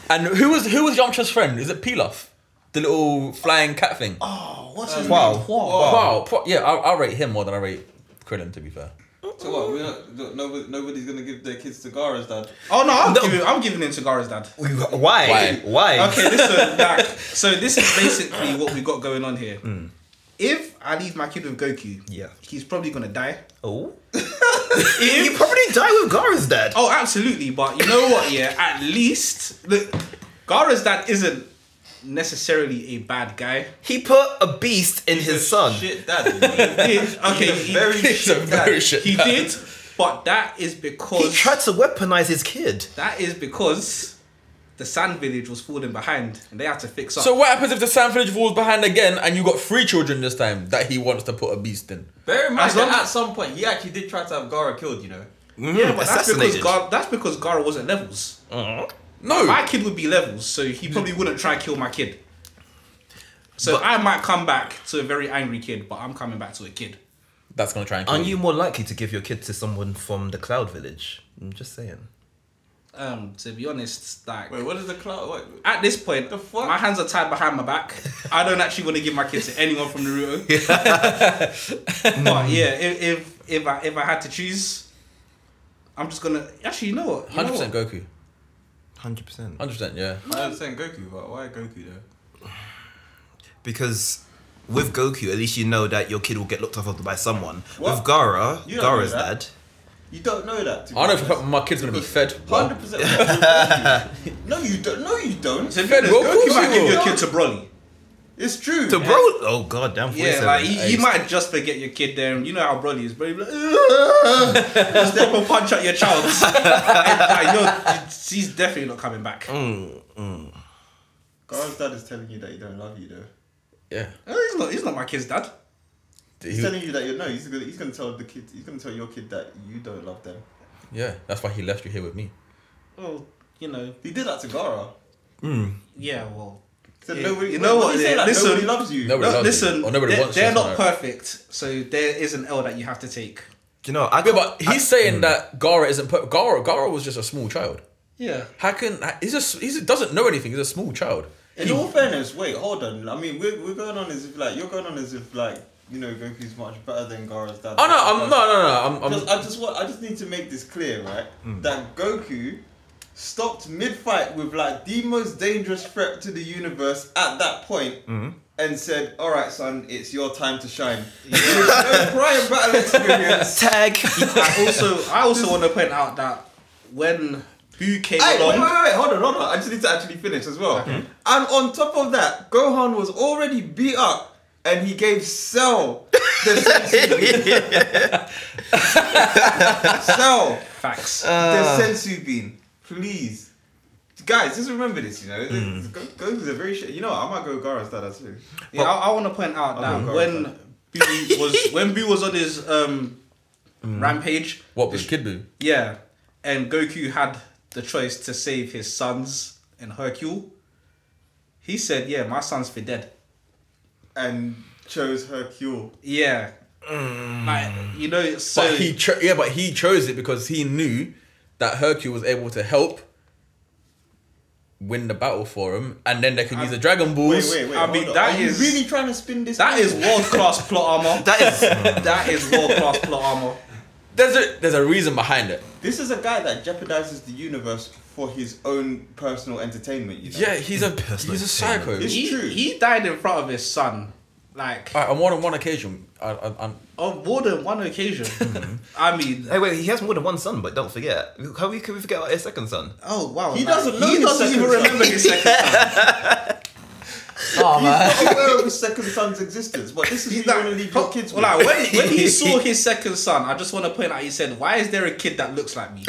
[SPEAKER 1] And who was who was Yamcha's friend? Is it Pilaf? The little flying cat thing.
[SPEAKER 4] oh, what's his
[SPEAKER 2] Wow.
[SPEAKER 4] name? Wow.
[SPEAKER 1] wow. pro- yeah, I'll, I'll rate him more than I rate Krillin. To be fair.
[SPEAKER 3] so what? We're not, nobody, nobody's gonna give their kids to Gaara's dad.
[SPEAKER 4] Oh no, I'm
[SPEAKER 2] No.
[SPEAKER 4] giving I'm giving in to Gaara's dad.
[SPEAKER 2] Why?
[SPEAKER 1] Why?
[SPEAKER 2] Why?
[SPEAKER 4] Okay, listen, like, so this is basically what we got going on here. If I leave my kid with Goku,
[SPEAKER 2] Hmm. Yeah.
[SPEAKER 4] he's probably gonna die.
[SPEAKER 2] Oh. you probably die with Gaara's dad.
[SPEAKER 4] Oh, absolutely. But you know what? Yeah, at least look, Gaara's dad isn't necessarily a bad guy.
[SPEAKER 2] He put a beast in his son.
[SPEAKER 3] Shit, dad.
[SPEAKER 4] He did. Okay,
[SPEAKER 3] He's a
[SPEAKER 4] he,
[SPEAKER 3] very
[SPEAKER 1] It's a very shit.
[SPEAKER 4] he
[SPEAKER 1] guy.
[SPEAKER 4] did. But that is
[SPEAKER 2] He
[SPEAKER 4] because
[SPEAKER 2] tried to weaponize his kid.
[SPEAKER 4] that is because the Sand Village was falling behind, and they had to fix up.
[SPEAKER 1] So what happens if the Sand Village falls behind again and you got three children this time that he wants to put a beast in?
[SPEAKER 3] Bear in mind
[SPEAKER 4] As long
[SPEAKER 3] that at some point he actually did try to have Gara killed. You know.
[SPEAKER 4] yeah, but that's because
[SPEAKER 2] assassinated.
[SPEAKER 4] Gar- that's because Gara wasn't levels.
[SPEAKER 1] No.
[SPEAKER 4] My kid would be levels, so he probably wouldn't try and kill my kid. So I might come back to a very angry kid, but I'm coming back to a kid.
[SPEAKER 1] That's gonna try and kill
[SPEAKER 2] Aren't
[SPEAKER 1] you.
[SPEAKER 2] you more likely to give your kid to someone from the Cloud Village? I'm just saying.
[SPEAKER 4] Um, to be honest, like
[SPEAKER 3] Wait, what is the cloud? What?
[SPEAKER 4] At this point,
[SPEAKER 3] fuck?
[SPEAKER 4] my hands are tied behind my back. I don't actually want to give my kids to anyone from Naruto. but yeah, if, if if I if I had to choose, I'm just gonna actually. You know what? You know
[SPEAKER 1] Hundred percent Goku.
[SPEAKER 2] 100%.
[SPEAKER 1] Hundred percent. Yeah.
[SPEAKER 3] I'm saying Goku, but why Goku though?
[SPEAKER 2] Because with Goku, at least you know that your kid will get looked after by someone.
[SPEAKER 3] What?
[SPEAKER 2] With Gara,
[SPEAKER 3] You don't
[SPEAKER 2] Gara's
[SPEAKER 3] know that.
[SPEAKER 2] dad.
[SPEAKER 3] You don't know that. to be
[SPEAKER 1] I know for a
[SPEAKER 3] honest.
[SPEAKER 1] fact my kid's gonna be fed. well.
[SPEAKER 3] Hundred percent. Goku. No, you don't. No, you don't.
[SPEAKER 4] So if
[SPEAKER 1] Fed,
[SPEAKER 4] there's
[SPEAKER 1] well, of
[SPEAKER 4] Goku
[SPEAKER 1] course
[SPEAKER 4] might
[SPEAKER 1] he
[SPEAKER 4] give
[SPEAKER 1] will.
[SPEAKER 4] your kid to Broly.
[SPEAKER 3] It's true.
[SPEAKER 2] To bro, oh god, damn.
[SPEAKER 4] Yeah,
[SPEAKER 2] 47.
[SPEAKER 4] like he, he
[SPEAKER 1] Ace.
[SPEAKER 4] might just forget your kid there. and You know how Broly is. Broly be like, "Ugh," just step and punch at your child.
[SPEAKER 2] Mm.
[SPEAKER 4] And, like, you're- he's definitely not coming back.
[SPEAKER 3] Gara's dad is telling you that he don't love you though.
[SPEAKER 1] Yeah.
[SPEAKER 4] Oh, he's not. He's not my kid's dad.
[SPEAKER 3] He's
[SPEAKER 1] He-
[SPEAKER 3] telling you that you know he's gonna he's gonna tell the kid he's gonna tell your kid that you don't love them.
[SPEAKER 1] yeah. That's why he left you here with me.
[SPEAKER 4] Well, you know.
[SPEAKER 3] He did that to Gara.
[SPEAKER 2] Mm.
[SPEAKER 4] Yeah. Well.
[SPEAKER 3] So
[SPEAKER 4] Yeah,
[SPEAKER 3] nobody,
[SPEAKER 4] you know
[SPEAKER 3] what?
[SPEAKER 4] what,
[SPEAKER 3] do you say
[SPEAKER 4] yeah,
[SPEAKER 3] that?
[SPEAKER 4] listen.
[SPEAKER 3] nobody loves you.
[SPEAKER 1] Nobody
[SPEAKER 4] No,
[SPEAKER 1] loves
[SPEAKER 4] listen.
[SPEAKER 1] you. Or nobody
[SPEAKER 4] they're
[SPEAKER 1] wants you,
[SPEAKER 4] they're not
[SPEAKER 1] sorry.
[SPEAKER 4] perfect, so there is an L that you have to take.
[SPEAKER 2] Do you know? I
[SPEAKER 1] Yeah,
[SPEAKER 2] can't-
[SPEAKER 1] but he's
[SPEAKER 2] I-
[SPEAKER 1] saying
[SPEAKER 3] Hmm.
[SPEAKER 1] that Gara isn't put. Gara, Gara was just a small child.
[SPEAKER 4] Yeah.
[SPEAKER 1] How can he's a he doesn't know anything. He's a small child.
[SPEAKER 3] In all fairness, wait, hold on. I mean, we're, we're going on as if like you're going on as if like you know Goku's much better than Gara's dad.
[SPEAKER 1] Oh no! I'm no no no. I'm, I'm
[SPEAKER 3] Just- uh, I just want I just need to make this clear, right?
[SPEAKER 4] Mm.
[SPEAKER 3] That Goku stopped mid fight with like the most dangerous threat to the universe at that point
[SPEAKER 4] Mm-hmm.
[SPEAKER 3] And said, "All right, son, it's your time to shine." There was uh, no prior battle experience.
[SPEAKER 2] tag.
[SPEAKER 4] I also, I also want to point out that when Boo came
[SPEAKER 3] Hey, wait,
[SPEAKER 4] along,
[SPEAKER 3] wait, wait, wait, hold on, hold on. I just need to actually finish as well. And on top of that, Gohan was already beat up, and he gave Cell the sensu bean. Cell
[SPEAKER 4] facts.
[SPEAKER 3] the sensu bean, please. Guys, just remember this, you know.
[SPEAKER 4] Hmm.
[SPEAKER 3] Go Goku's a very shit. You know, I might go Gara's dad as too.
[SPEAKER 4] Yeah, I, I want to point out that
[SPEAKER 3] go
[SPEAKER 4] when Boo was when Boo was on his um, rampage,
[SPEAKER 1] Mm. what was Kid Buu?
[SPEAKER 4] yeah, and Goku had the choice to save his sons and Hercule. He said, "Yeah, my son's for dead."
[SPEAKER 3] And chose Hercule.
[SPEAKER 4] Yeah, like you know, so
[SPEAKER 1] Mm. But he cho- yeah, but he chose it because he knew that Hercule was able to help win the battle for him, and then they could use the Dragon
[SPEAKER 3] Wait,
[SPEAKER 1] Balls.
[SPEAKER 3] wait, wait.
[SPEAKER 4] I
[SPEAKER 3] hold
[SPEAKER 4] mean,
[SPEAKER 3] on.
[SPEAKER 4] that
[SPEAKER 3] Are you
[SPEAKER 4] is-
[SPEAKER 3] really trying to spin this.
[SPEAKER 4] that is
[SPEAKER 3] angle?
[SPEAKER 4] world class plot armor.
[SPEAKER 2] That is.
[SPEAKER 4] that is world class plot armor.
[SPEAKER 1] There's a there's a reason behind it.
[SPEAKER 3] This is a guy that jeopardizes the universe for his own personal entertainment. You know?
[SPEAKER 1] Yeah, he's a
[SPEAKER 2] Personal
[SPEAKER 1] he's a psycho.
[SPEAKER 3] It's
[SPEAKER 4] he,
[SPEAKER 3] true.
[SPEAKER 4] he died in front of his son, like
[SPEAKER 1] Alright, on more than one occasion, I, I, I'm
[SPEAKER 4] on more than one occasion. I mean,
[SPEAKER 2] Hey, wait, he has more than one son, but don't forget. How we can we forget about his second son?
[SPEAKER 4] oh wow,
[SPEAKER 3] He
[SPEAKER 4] like,
[SPEAKER 3] doesn't know
[SPEAKER 4] He
[SPEAKER 3] his
[SPEAKER 4] doesn't even
[SPEAKER 3] second son.
[SPEAKER 4] remember his second son.
[SPEAKER 1] oh,
[SPEAKER 3] He's not aware of his second son's existence, but this is
[SPEAKER 4] He's
[SPEAKER 3] who you want to
[SPEAKER 4] like-
[SPEAKER 3] leave your kids
[SPEAKER 4] well,
[SPEAKER 3] with.
[SPEAKER 4] like, when, when he saw his second son, I just want to point out. He said, "Why is there a kid that looks like me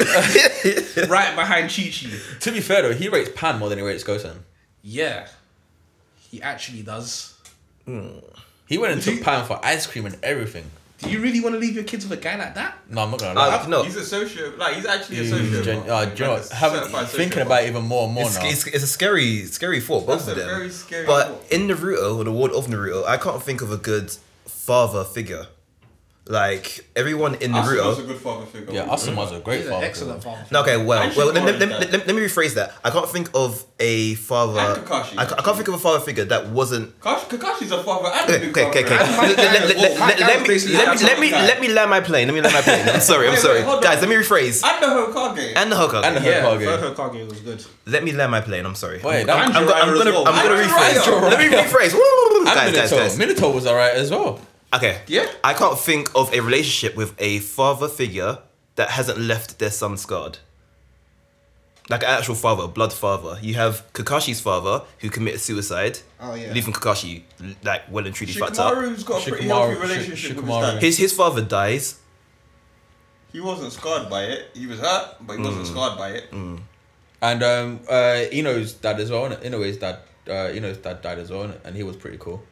[SPEAKER 4] right behind Chi Chi?"
[SPEAKER 1] To be fair though, he rates Pan more than he rates Goten.
[SPEAKER 4] Yeah, he actually does.
[SPEAKER 1] He went and took Pan for ice cream and everything.
[SPEAKER 4] Do you really want to leave your kids with a guy like that?
[SPEAKER 1] No, I'm not gonna lie.
[SPEAKER 2] Uh, no, Mm,
[SPEAKER 3] He's a socio, like he's actually a
[SPEAKER 1] He's
[SPEAKER 3] socio.
[SPEAKER 1] gen- uh, do you know what? Having, thinking about it even more and more
[SPEAKER 2] it's,
[SPEAKER 1] now.
[SPEAKER 2] it's, it's a scary, scary thought, both of
[SPEAKER 3] That's a
[SPEAKER 2] them.
[SPEAKER 3] very scary
[SPEAKER 2] but
[SPEAKER 3] thought.
[SPEAKER 2] in Naruto, or the world of Naruto, I can't think of a good father figure. Like everyone in
[SPEAKER 3] Asuma's a
[SPEAKER 2] Naruto.
[SPEAKER 3] good father figure.
[SPEAKER 1] yeah, Asuma's a great
[SPEAKER 4] He's an
[SPEAKER 1] father.
[SPEAKER 4] excellent father.
[SPEAKER 2] No, okay, well,
[SPEAKER 3] Actually,
[SPEAKER 2] well, let,
[SPEAKER 3] already
[SPEAKER 2] let, let,
[SPEAKER 3] done.
[SPEAKER 2] let, let me rephrase that. I can't think of a father.
[SPEAKER 3] And
[SPEAKER 2] I,
[SPEAKER 3] Kakashi,
[SPEAKER 2] ca- I
[SPEAKER 3] actually.
[SPEAKER 2] can't think of a father figure that wasn't.
[SPEAKER 3] Kakashi, Kakashi's a father and a
[SPEAKER 2] Okay,
[SPEAKER 3] big
[SPEAKER 2] okay,
[SPEAKER 3] brother.
[SPEAKER 2] okay. okay. Let-
[SPEAKER 3] right?
[SPEAKER 2] let- let-
[SPEAKER 4] Well, my
[SPEAKER 2] let-
[SPEAKER 4] guy
[SPEAKER 2] Let
[SPEAKER 4] was
[SPEAKER 2] me
[SPEAKER 4] basically
[SPEAKER 2] let me- let
[SPEAKER 3] Kakashi.
[SPEAKER 2] me let me land my plane. Let me land my plane. I'm sorry. I'm
[SPEAKER 3] Wait, wait,
[SPEAKER 2] sorry,
[SPEAKER 3] hold on.
[SPEAKER 2] guys. Let me rephrase.
[SPEAKER 3] And the Hokage.
[SPEAKER 2] And the Hokage.
[SPEAKER 1] And the
[SPEAKER 4] Yeah,
[SPEAKER 1] Hokage.
[SPEAKER 4] Hokage. Hokage was good.
[SPEAKER 2] Let me land my plane. I'm sorry.
[SPEAKER 1] Wait,
[SPEAKER 2] I'm,
[SPEAKER 1] that-
[SPEAKER 2] I'm, I'm, go- I'm
[SPEAKER 4] Jiraiya
[SPEAKER 2] gonna,
[SPEAKER 4] as well.
[SPEAKER 2] I'm gonna
[SPEAKER 1] And
[SPEAKER 2] rephrase.
[SPEAKER 1] Jiraiya.
[SPEAKER 2] Let me rephrase.
[SPEAKER 1] And
[SPEAKER 2] guys, guys,
[SPEAKER 1] Minotaur.
[SPEAKER 2] guys.
[SPEAKER 1] Minotaur was alright as well.
[SPEAKER 2] Okay.
[SPEAKER 4] Yeah.
[SPEAKER 2] I can't think of a relationship with a father figure that hasn't left their son scarred. Like an actual father, blood father. You have Kakashi's father who committed suicide,
[SPEAKER 4] Oh, yeah.
[SPEAKER 2] leaving Kakashi like well and truly fucked up.
[SPEAKER 3] Shikamaru's got a pretty
[SPEAKER 1] Shikamaru-
[SPEAKER 3] healthy relationship with his
[SPEAKER 1] Shikamaru.
[SPEAKER 3] dad.
[SPEAKER 2] His his father dies.
[SPEAKER 3] He wasn't scarred by it. He was hurt, but he
[SPEAKER 2] Mm.
[SPEAKER 3] wasn't scarred by it.
[SPEAKER 1] And um, uh, Ino's dad as well. innit? Ino's dad, uh, Ino's dad died as well, innit? and he was pretty cool.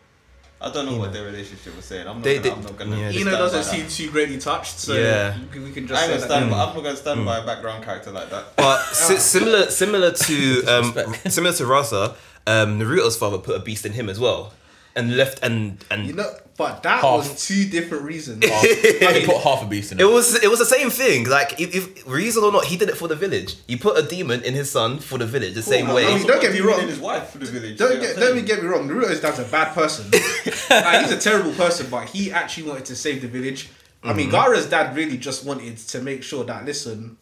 [SPEAKER 3] I don't know what their relationship was saying. I'm not
[SPEAKER 2] Mm. They-
[SPEAKER 3] gonna.
[SPEAKER 2] they-
[SPEAKER 3] I'm not gonna
[SPEAKER 2] yeah, they-
[SPEAKER 3] stand
[SPEAKER 4] Eno
[SPEAKER 3] by
[SPEAKER 4] doesn't
[SPEAKER 3] that.
[SPEAKER 4] seem too greatly touched, so
[SPEAKER 2] Yeah.
[SPEAKER 4] we can just
[SPEAKER 3] I
[SPEAKER 4] say
[SPEAKER 3] understand,
[SPEAKER 4] that.
[SPEAKER 3] but I'm not gonna stand by a background character like
[SPEAKER 2] Mm.
[SPEAKER 3] that.
[SPEAKER 2] But
[SPEAKER 4] Oh.
[SPEAKER 2] si- similar similar to um,
[SPEAKER 1] Disrespect.
[SPEAKER 2] similar to Rasa, um, Naruto's father put a beast in him as well, and left and and
[SPEAKER 4] You know, but that
[SPEAKER 1] Half.
[SPEAKER 4] was two different reasons.
[SPEAKER 1] he put half a beast in
[SPEAKER 2] It
[SPEAKER 1] it.
[SPEAKER 2] was it was the same thing. Like if, if reason or not, he did it for the village. He put a demon in his son for the village. The same
[SPEAKER 4] I
[SPEAKER 2] way.
[SPEAKER 4] mean,
[SPEAKER 3] Also,
[SPEAKER 4] don't get
[SPEAKER 3] he
[SPEAKER 4] me
[SPEAKER 3] ruined
[SPEAKER 4] wrong.
[SPEAKER 3] His wife for the village. you
[SPEAKER 4] Don't
[SPEAKER 3] know
[SPEAKER 4] get,
[SPEAKER 3] what I'm
[SPEAKER 4] don't even get me wrong. Naruto's dad's a bad person. like, he's a terrible person, but he actually wanted to save the village. I mean, Gaara's dad really just wanted to make sure that listen,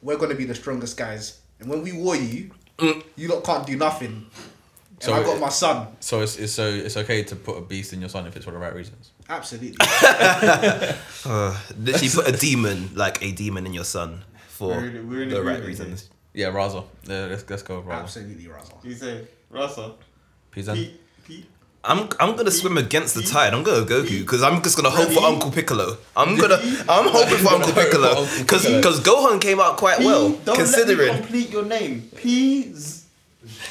[SPEAKER 4] we're gonna be the strongest guys, and when we war you, you lot can't do nothing. And
[SPEAKER 1] So
[SPEAKER 4] I got
[SPEAKER 1] it-
[SPEAKER 4] my son.
[SPEAKER 1] So it's, it's so it's okay to put a beast in your son if it's for the right reasons.
[SPEAKER 4] Absolutely.
[SPEAKER 2] Literally put a demon like a demon in your son for
[SPEAKER 3] We're in- we're in
[SPEAKER 2] the right
[SPEAKER 3] agreement
[SPEAKER 2] reasons.
[SPEAKER 1] Yeah, Raza. Yeah, let's let's go with Raza.
[SPEAKER 4] Absolutely, Raza.
[SPEAKER 3] saying? You say Russell,
[SPEAKER 1] Peace out.
[SPEAKER 3] Pete, Pete.
[SPEAKER 2] I'm I'm gonna swim against the tide. I'm gonna go Goku because I'm just gonna hope for
[SPEAKER 3] Really?
[SPEAKER 2] Uncle Piccolo. I'm gonna I'm hoping for Uncle
[SPEAKER 1] hope for
[SPEAKER 2] Piccolo
[SPEAKER 1] Uncle
[SPEAKER 2] because
[SPEAKER 1] Piccolo.
[SPEAKER 2] Gohan came out quite well
[SPEAKER 3] P, don't let me
[SPEAKER 2] considering.
[SPEAKER 3] complete your name. P Z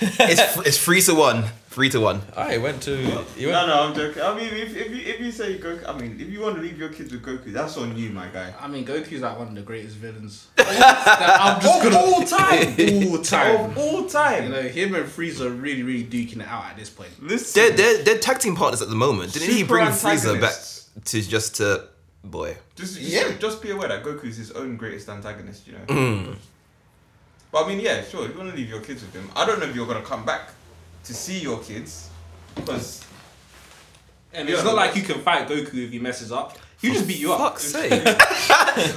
[SPEAKER 2] it's f- it's three to one. Three to one.
[SPEAKER 1] I Ah, went to. You
[SPEAKER 3] No,
[SPEAKER 1] went,
[SPEAKER 3] no, I'm joking. I mean, if, if, you, if you say Goku, I mean, if you want to leave your kids with Goku, that's on you, my guy.
[SPEAKER 4] I mean, Goku's like one of the greatest villains. that I'm just
[SPEAKER 3] Of
[SPEAKER 4] gonna
[SPEAKER 3] all time!
[SPEAKER 4] all time.
[SPEAKER 3] Of all
[SPEAKER 4] You
[SPEAKER 3] time!
[SPEAKER 4] know, him and Frieza are really, really duking it out at this point.
[SPEAKER 3] Listen.
[SPEAKER 2] They're they're, they're tag team partners at the moment. Didn't he
[SPEAKER 3] Super
[SPEAKER 2] bring Frieza back
[SPEAKER 3] antagonists.
[SPEAKER 2] to just to boy?
[SPEAKER 3] Just, just,
[SPEAKER 4] Yeah.
[SPEAKER 3] just be aware that Goku's his own greatest antagonist, you know?
[SPEAKER 2] Mm.
[SPEAKER 3] But I mean, yeah, sure, if you want to leave your kids with him, I don't know if you're going to come back to see your kids, because
[SPEAKER 4] And
[SPEAKER 3] Yeah.
[SPEAKER 4] it's not like you can fight Goku if he messes up. He'll just beat you up.
[SPEAKER 2] Fuck's sake!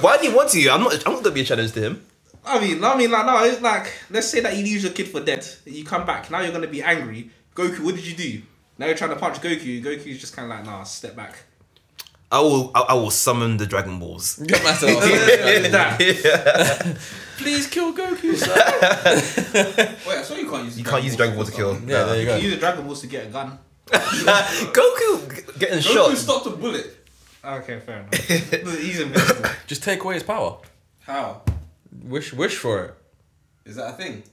[SPEAKER 2] Why do you want to? I'm not. I'm not gonna be a challenge to him.
[SPEAKER 4] I mean, I mean, like, no, it's like, let's say that you lose your kid for dead. You come back, now you're gonna be angry. Goku, what did you do? Now you're trying to punch Goku. Goku's just kind of like, nah, step back.
[SPEAKER 2] I will. I, I will summon the Dragon Balls.
[SPEAKER 1] got myself.
[SPEAKER 4] That.
[SPEAKER 1] Please kill Goku, sir.
[SPEAKER 3] Wait, I saw you can't use.
[SPEAKER 2] You can't use Dragon Ball to kill.
[SPEAKER 1] Yeah, there you
[SPEAKER 4] You
[SPEAKER 1] go.
[SPEAKER 4] use the Dragon Balls to get a gun.
[SPEAKER 2] Goku g- getting
[SPEAKER 3] Goku
[SPEAKER 2] shot.
[SPEAKER 3] stopped a bullet.
[SPEAKER 4] Okay, fair enough. He's invincible.
[SPEAKER 1] Just take away his power.
[SPEAKER 3] How
[SPEAKER 1] Wish, wish for it.
[SPEAKER 3] is that a thing?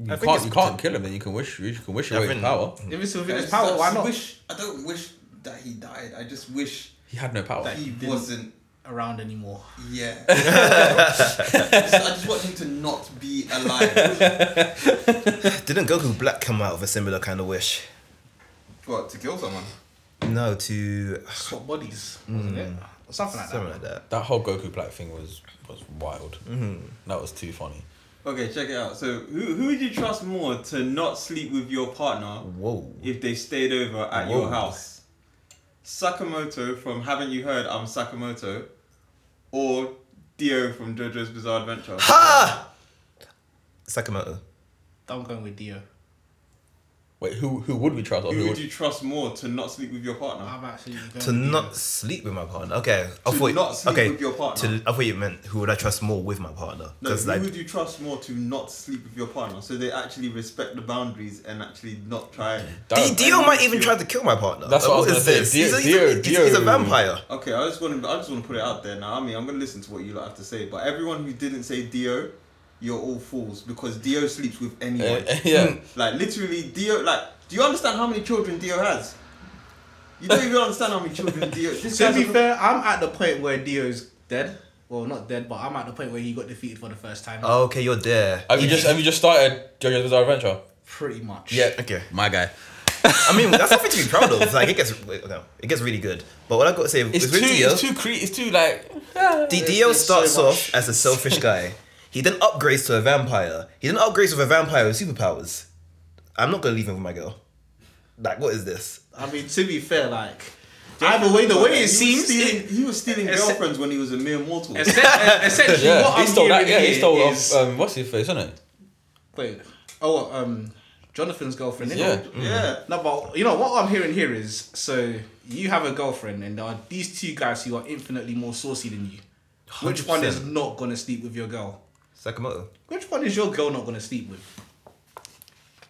[SPEAKER 1] You
[SPEAKER 2] I think
[SPEAKER 1] can't,
[SPEAKER 2] it's-
[SPEAKER 1] you can't kill him, and you can wish, you can wish away his
[SPEAKER 2] think-
[SPEAKER 1] power.
[SPEAKER 4] Invincible
[SPEAKER 3] I
[SPEAKER 4] with his
[SPEAKER 3] just-
[SPEAKER 4] power,
[SPEAKER 3] I
[SPEAKER 4] why
[SPEAKER 3] just
[SPEAKER 4] not?
[SPEAKER 3] Wish, I don't wish that he died. I just wish
[SPEAKER 1] He had no power.
[SPEAKER 3] that he
[SPEAKER 4] didn't-
[SPEAKER 3] wasn't.
[SPEAKER 4] Around anymore.
[SPEAKER 3] Yeah. I just- I just want him to not be alive.
[SPEAKER 2] Didn't Goku Black come out of a similar kind of wish?
[SPEAKER 3] What to kill someone?
[SPEAKER 2] No, to
[SPEAKER 4] Swap bodies, wasn't it?
[SPEAKER 2] Mm.
[SPEAKER 4] Or something like
[SPEAKER 2] something
[SPEAKER 4] that.
[SPEAKER 2] like that.
[SPEAKER 1] That whole Goku Black thing was was wild. That was too funny.
[SPEAKER 3] Okay, check it out. So, who who would you trust more to not sleep with your partner
[SPEAKER 2] Whoa.
[SPEAKER 3] if they stayed over at your
[SPEAKER 2] Whoa.
[SPEAKER 3] house? Sakamoto from Haven't You Heard I'm Sakamoto, or Dio from JoJo's Bizarre Adventure?
[SPEAKER 2] Ha! Sakamoto.
[SPEAKER 4] I'm going with Dio.
[SPEAKER 1] Wait, who who would we trust? Or
[SPEAKER 3] Who
[SPEAKER 1] who
[SPEAKER 3] would
[SPEAKER 1] would,
[SPEAKER 3] you trust more to not sleep with your partner?
[SPEAKER 4] I'm actually going
[SPEAKER 2] To
[SPEAKER 4] with
[SPEAKER 2] not sleep with my partner. Okay. I
[SPEAKER 3] Mm. To
[SPEAKER 2] thought,
[SPEAKER 3] not sleep
[SPEAKER 2] okay,
[SPEAKER 3] with your partner.
[SPEAKER 2] To, I thought you meant who would I trust more with my partner?
[SPEAKER 3] No,
[SPEAKER 2] Because
[SPEAKER 3] who
[SPEAKER 2] like
[SPEAKER 3] would you trust more to not sleep with your partner so they actually respect the boundaries and actually not try?
[SPEAKER 2] D-
[SPEAKER 1] Don't.
[SPEAKER 2] Dio might even
[SPEAKER 3] Dio-
[SPEAKER 2] try to kill my partner.
[SPEAKER 1] That's
[SPEAKER 2] Like,
[SPEAKER 1] what I was
[SPEAKER 2] is
[SPEAKER 1] gonna
[SPEAKER 2] this?
[SPEAKER 1] say.
[SPEAKER 2] He's a, he's,
[SPEAKER 1] Dio-
[SPEAKER 2] a, he's, a, he's a
[SPEAKER 1] Dio-
[SPEAKER 2] vampire.
[SPEAKER 3] Okay, I just want to I just want to put it out there now. I mean, I'm gonna listen to what you lot have to say, but everyone who didn't say Dio, you're all fools because Dio sleeps with anyone.
[SPEAKER 1] Uh, yeah.
[SPEAKER 3] like literally, Dio. Like, do you understand how many children Dio has? You don't even understand how many children Dio. This
[SPEAKER 4] to
[SPEAKER 3] guy's
[SPEAKER 4] be
[SPEAKER 3] a-
[SPEAKER 4] fair, I'm at the point where Dio's dead. Well, not dead, but I'm at the point where he got defeated for the first time.
[SPEAKER 2] Oh, okay, you're there.
[SPEAKER 1] Have you just have you just started JoJo's Bizarre Adventure?
[SPEAKER 4] Pretty much.
[SPEAKER 2] Okay.
[SPEAKER 1] My guy.
[SPEAKER 2] I mean, that's something to be proud of. Like it gets, no, it gets really good. But what I got to say
[SPEAKER 1] It's
[SPEAKER 2] is
[SPEAKER 1] too
[SPEAKER 2] with Dio,
[SPEAKER 1] it's too cre- it's too like
[SPEAKER 2] D- Dio
[SPEAKER 4] There's so
[SPEAKER 2] starts
[SPEAKER 4] much.
[SPEAKER 2] off as a selfish guy. He then upgrades to a vampire. He then upgrades with a vampire with superpowers. I'm not gonna leave him with my girl. Like, what is this?
[SPEAKER 4] I mean, to be fair, like, either way, the way
[SPEAKER 3] He
[SPEAKER 4] it
[SPEAKER 3] was
[SPEAKER 4] seems,
[SPEAKER 3] stealing,
[SPEAKER 4] it,
[SPEAKER 3] he was stealing
[SPEAKER 4] Essen-
[SPEAKER 3] girlfriends when he was a mere mortal.
[SPEAKER 4] essen- essentially,
[SPEAKER 1] yeah.
[SPEAKER 4] what
[SPEAKER 1] He
[SPEAKER 4] I'm
[SPEAKER 1] stole that.
[SPEAKER 4] hearing
[SPEAKER 1] Yeah, he
[SPEAKER 4] here
[SPEAKER 1] stole
[SPEAKER 4] is-
[SPEAKER 1] off. Um, what's his face, isn't it?
[SPEAKER 4] wait, oh, um, Jonathan's girlfriend.
[SPEAKER 1] Yeah.
[SPEAKER 4] innit?
[SPEAKER 3] yeah.
[SPEAKER 4] No, but you know what I'm hearing here is so you have a girlfriend and there are these two guys who are infinitely more saucy than you. Which one is
[SPEAKER 2] 100%.
[SPEAKER 4] not gonna sleep with your girl?
[SPEAKER 2] Sakamoto?
[SPEAKER 4] Which one is your girl not gonna sleep with?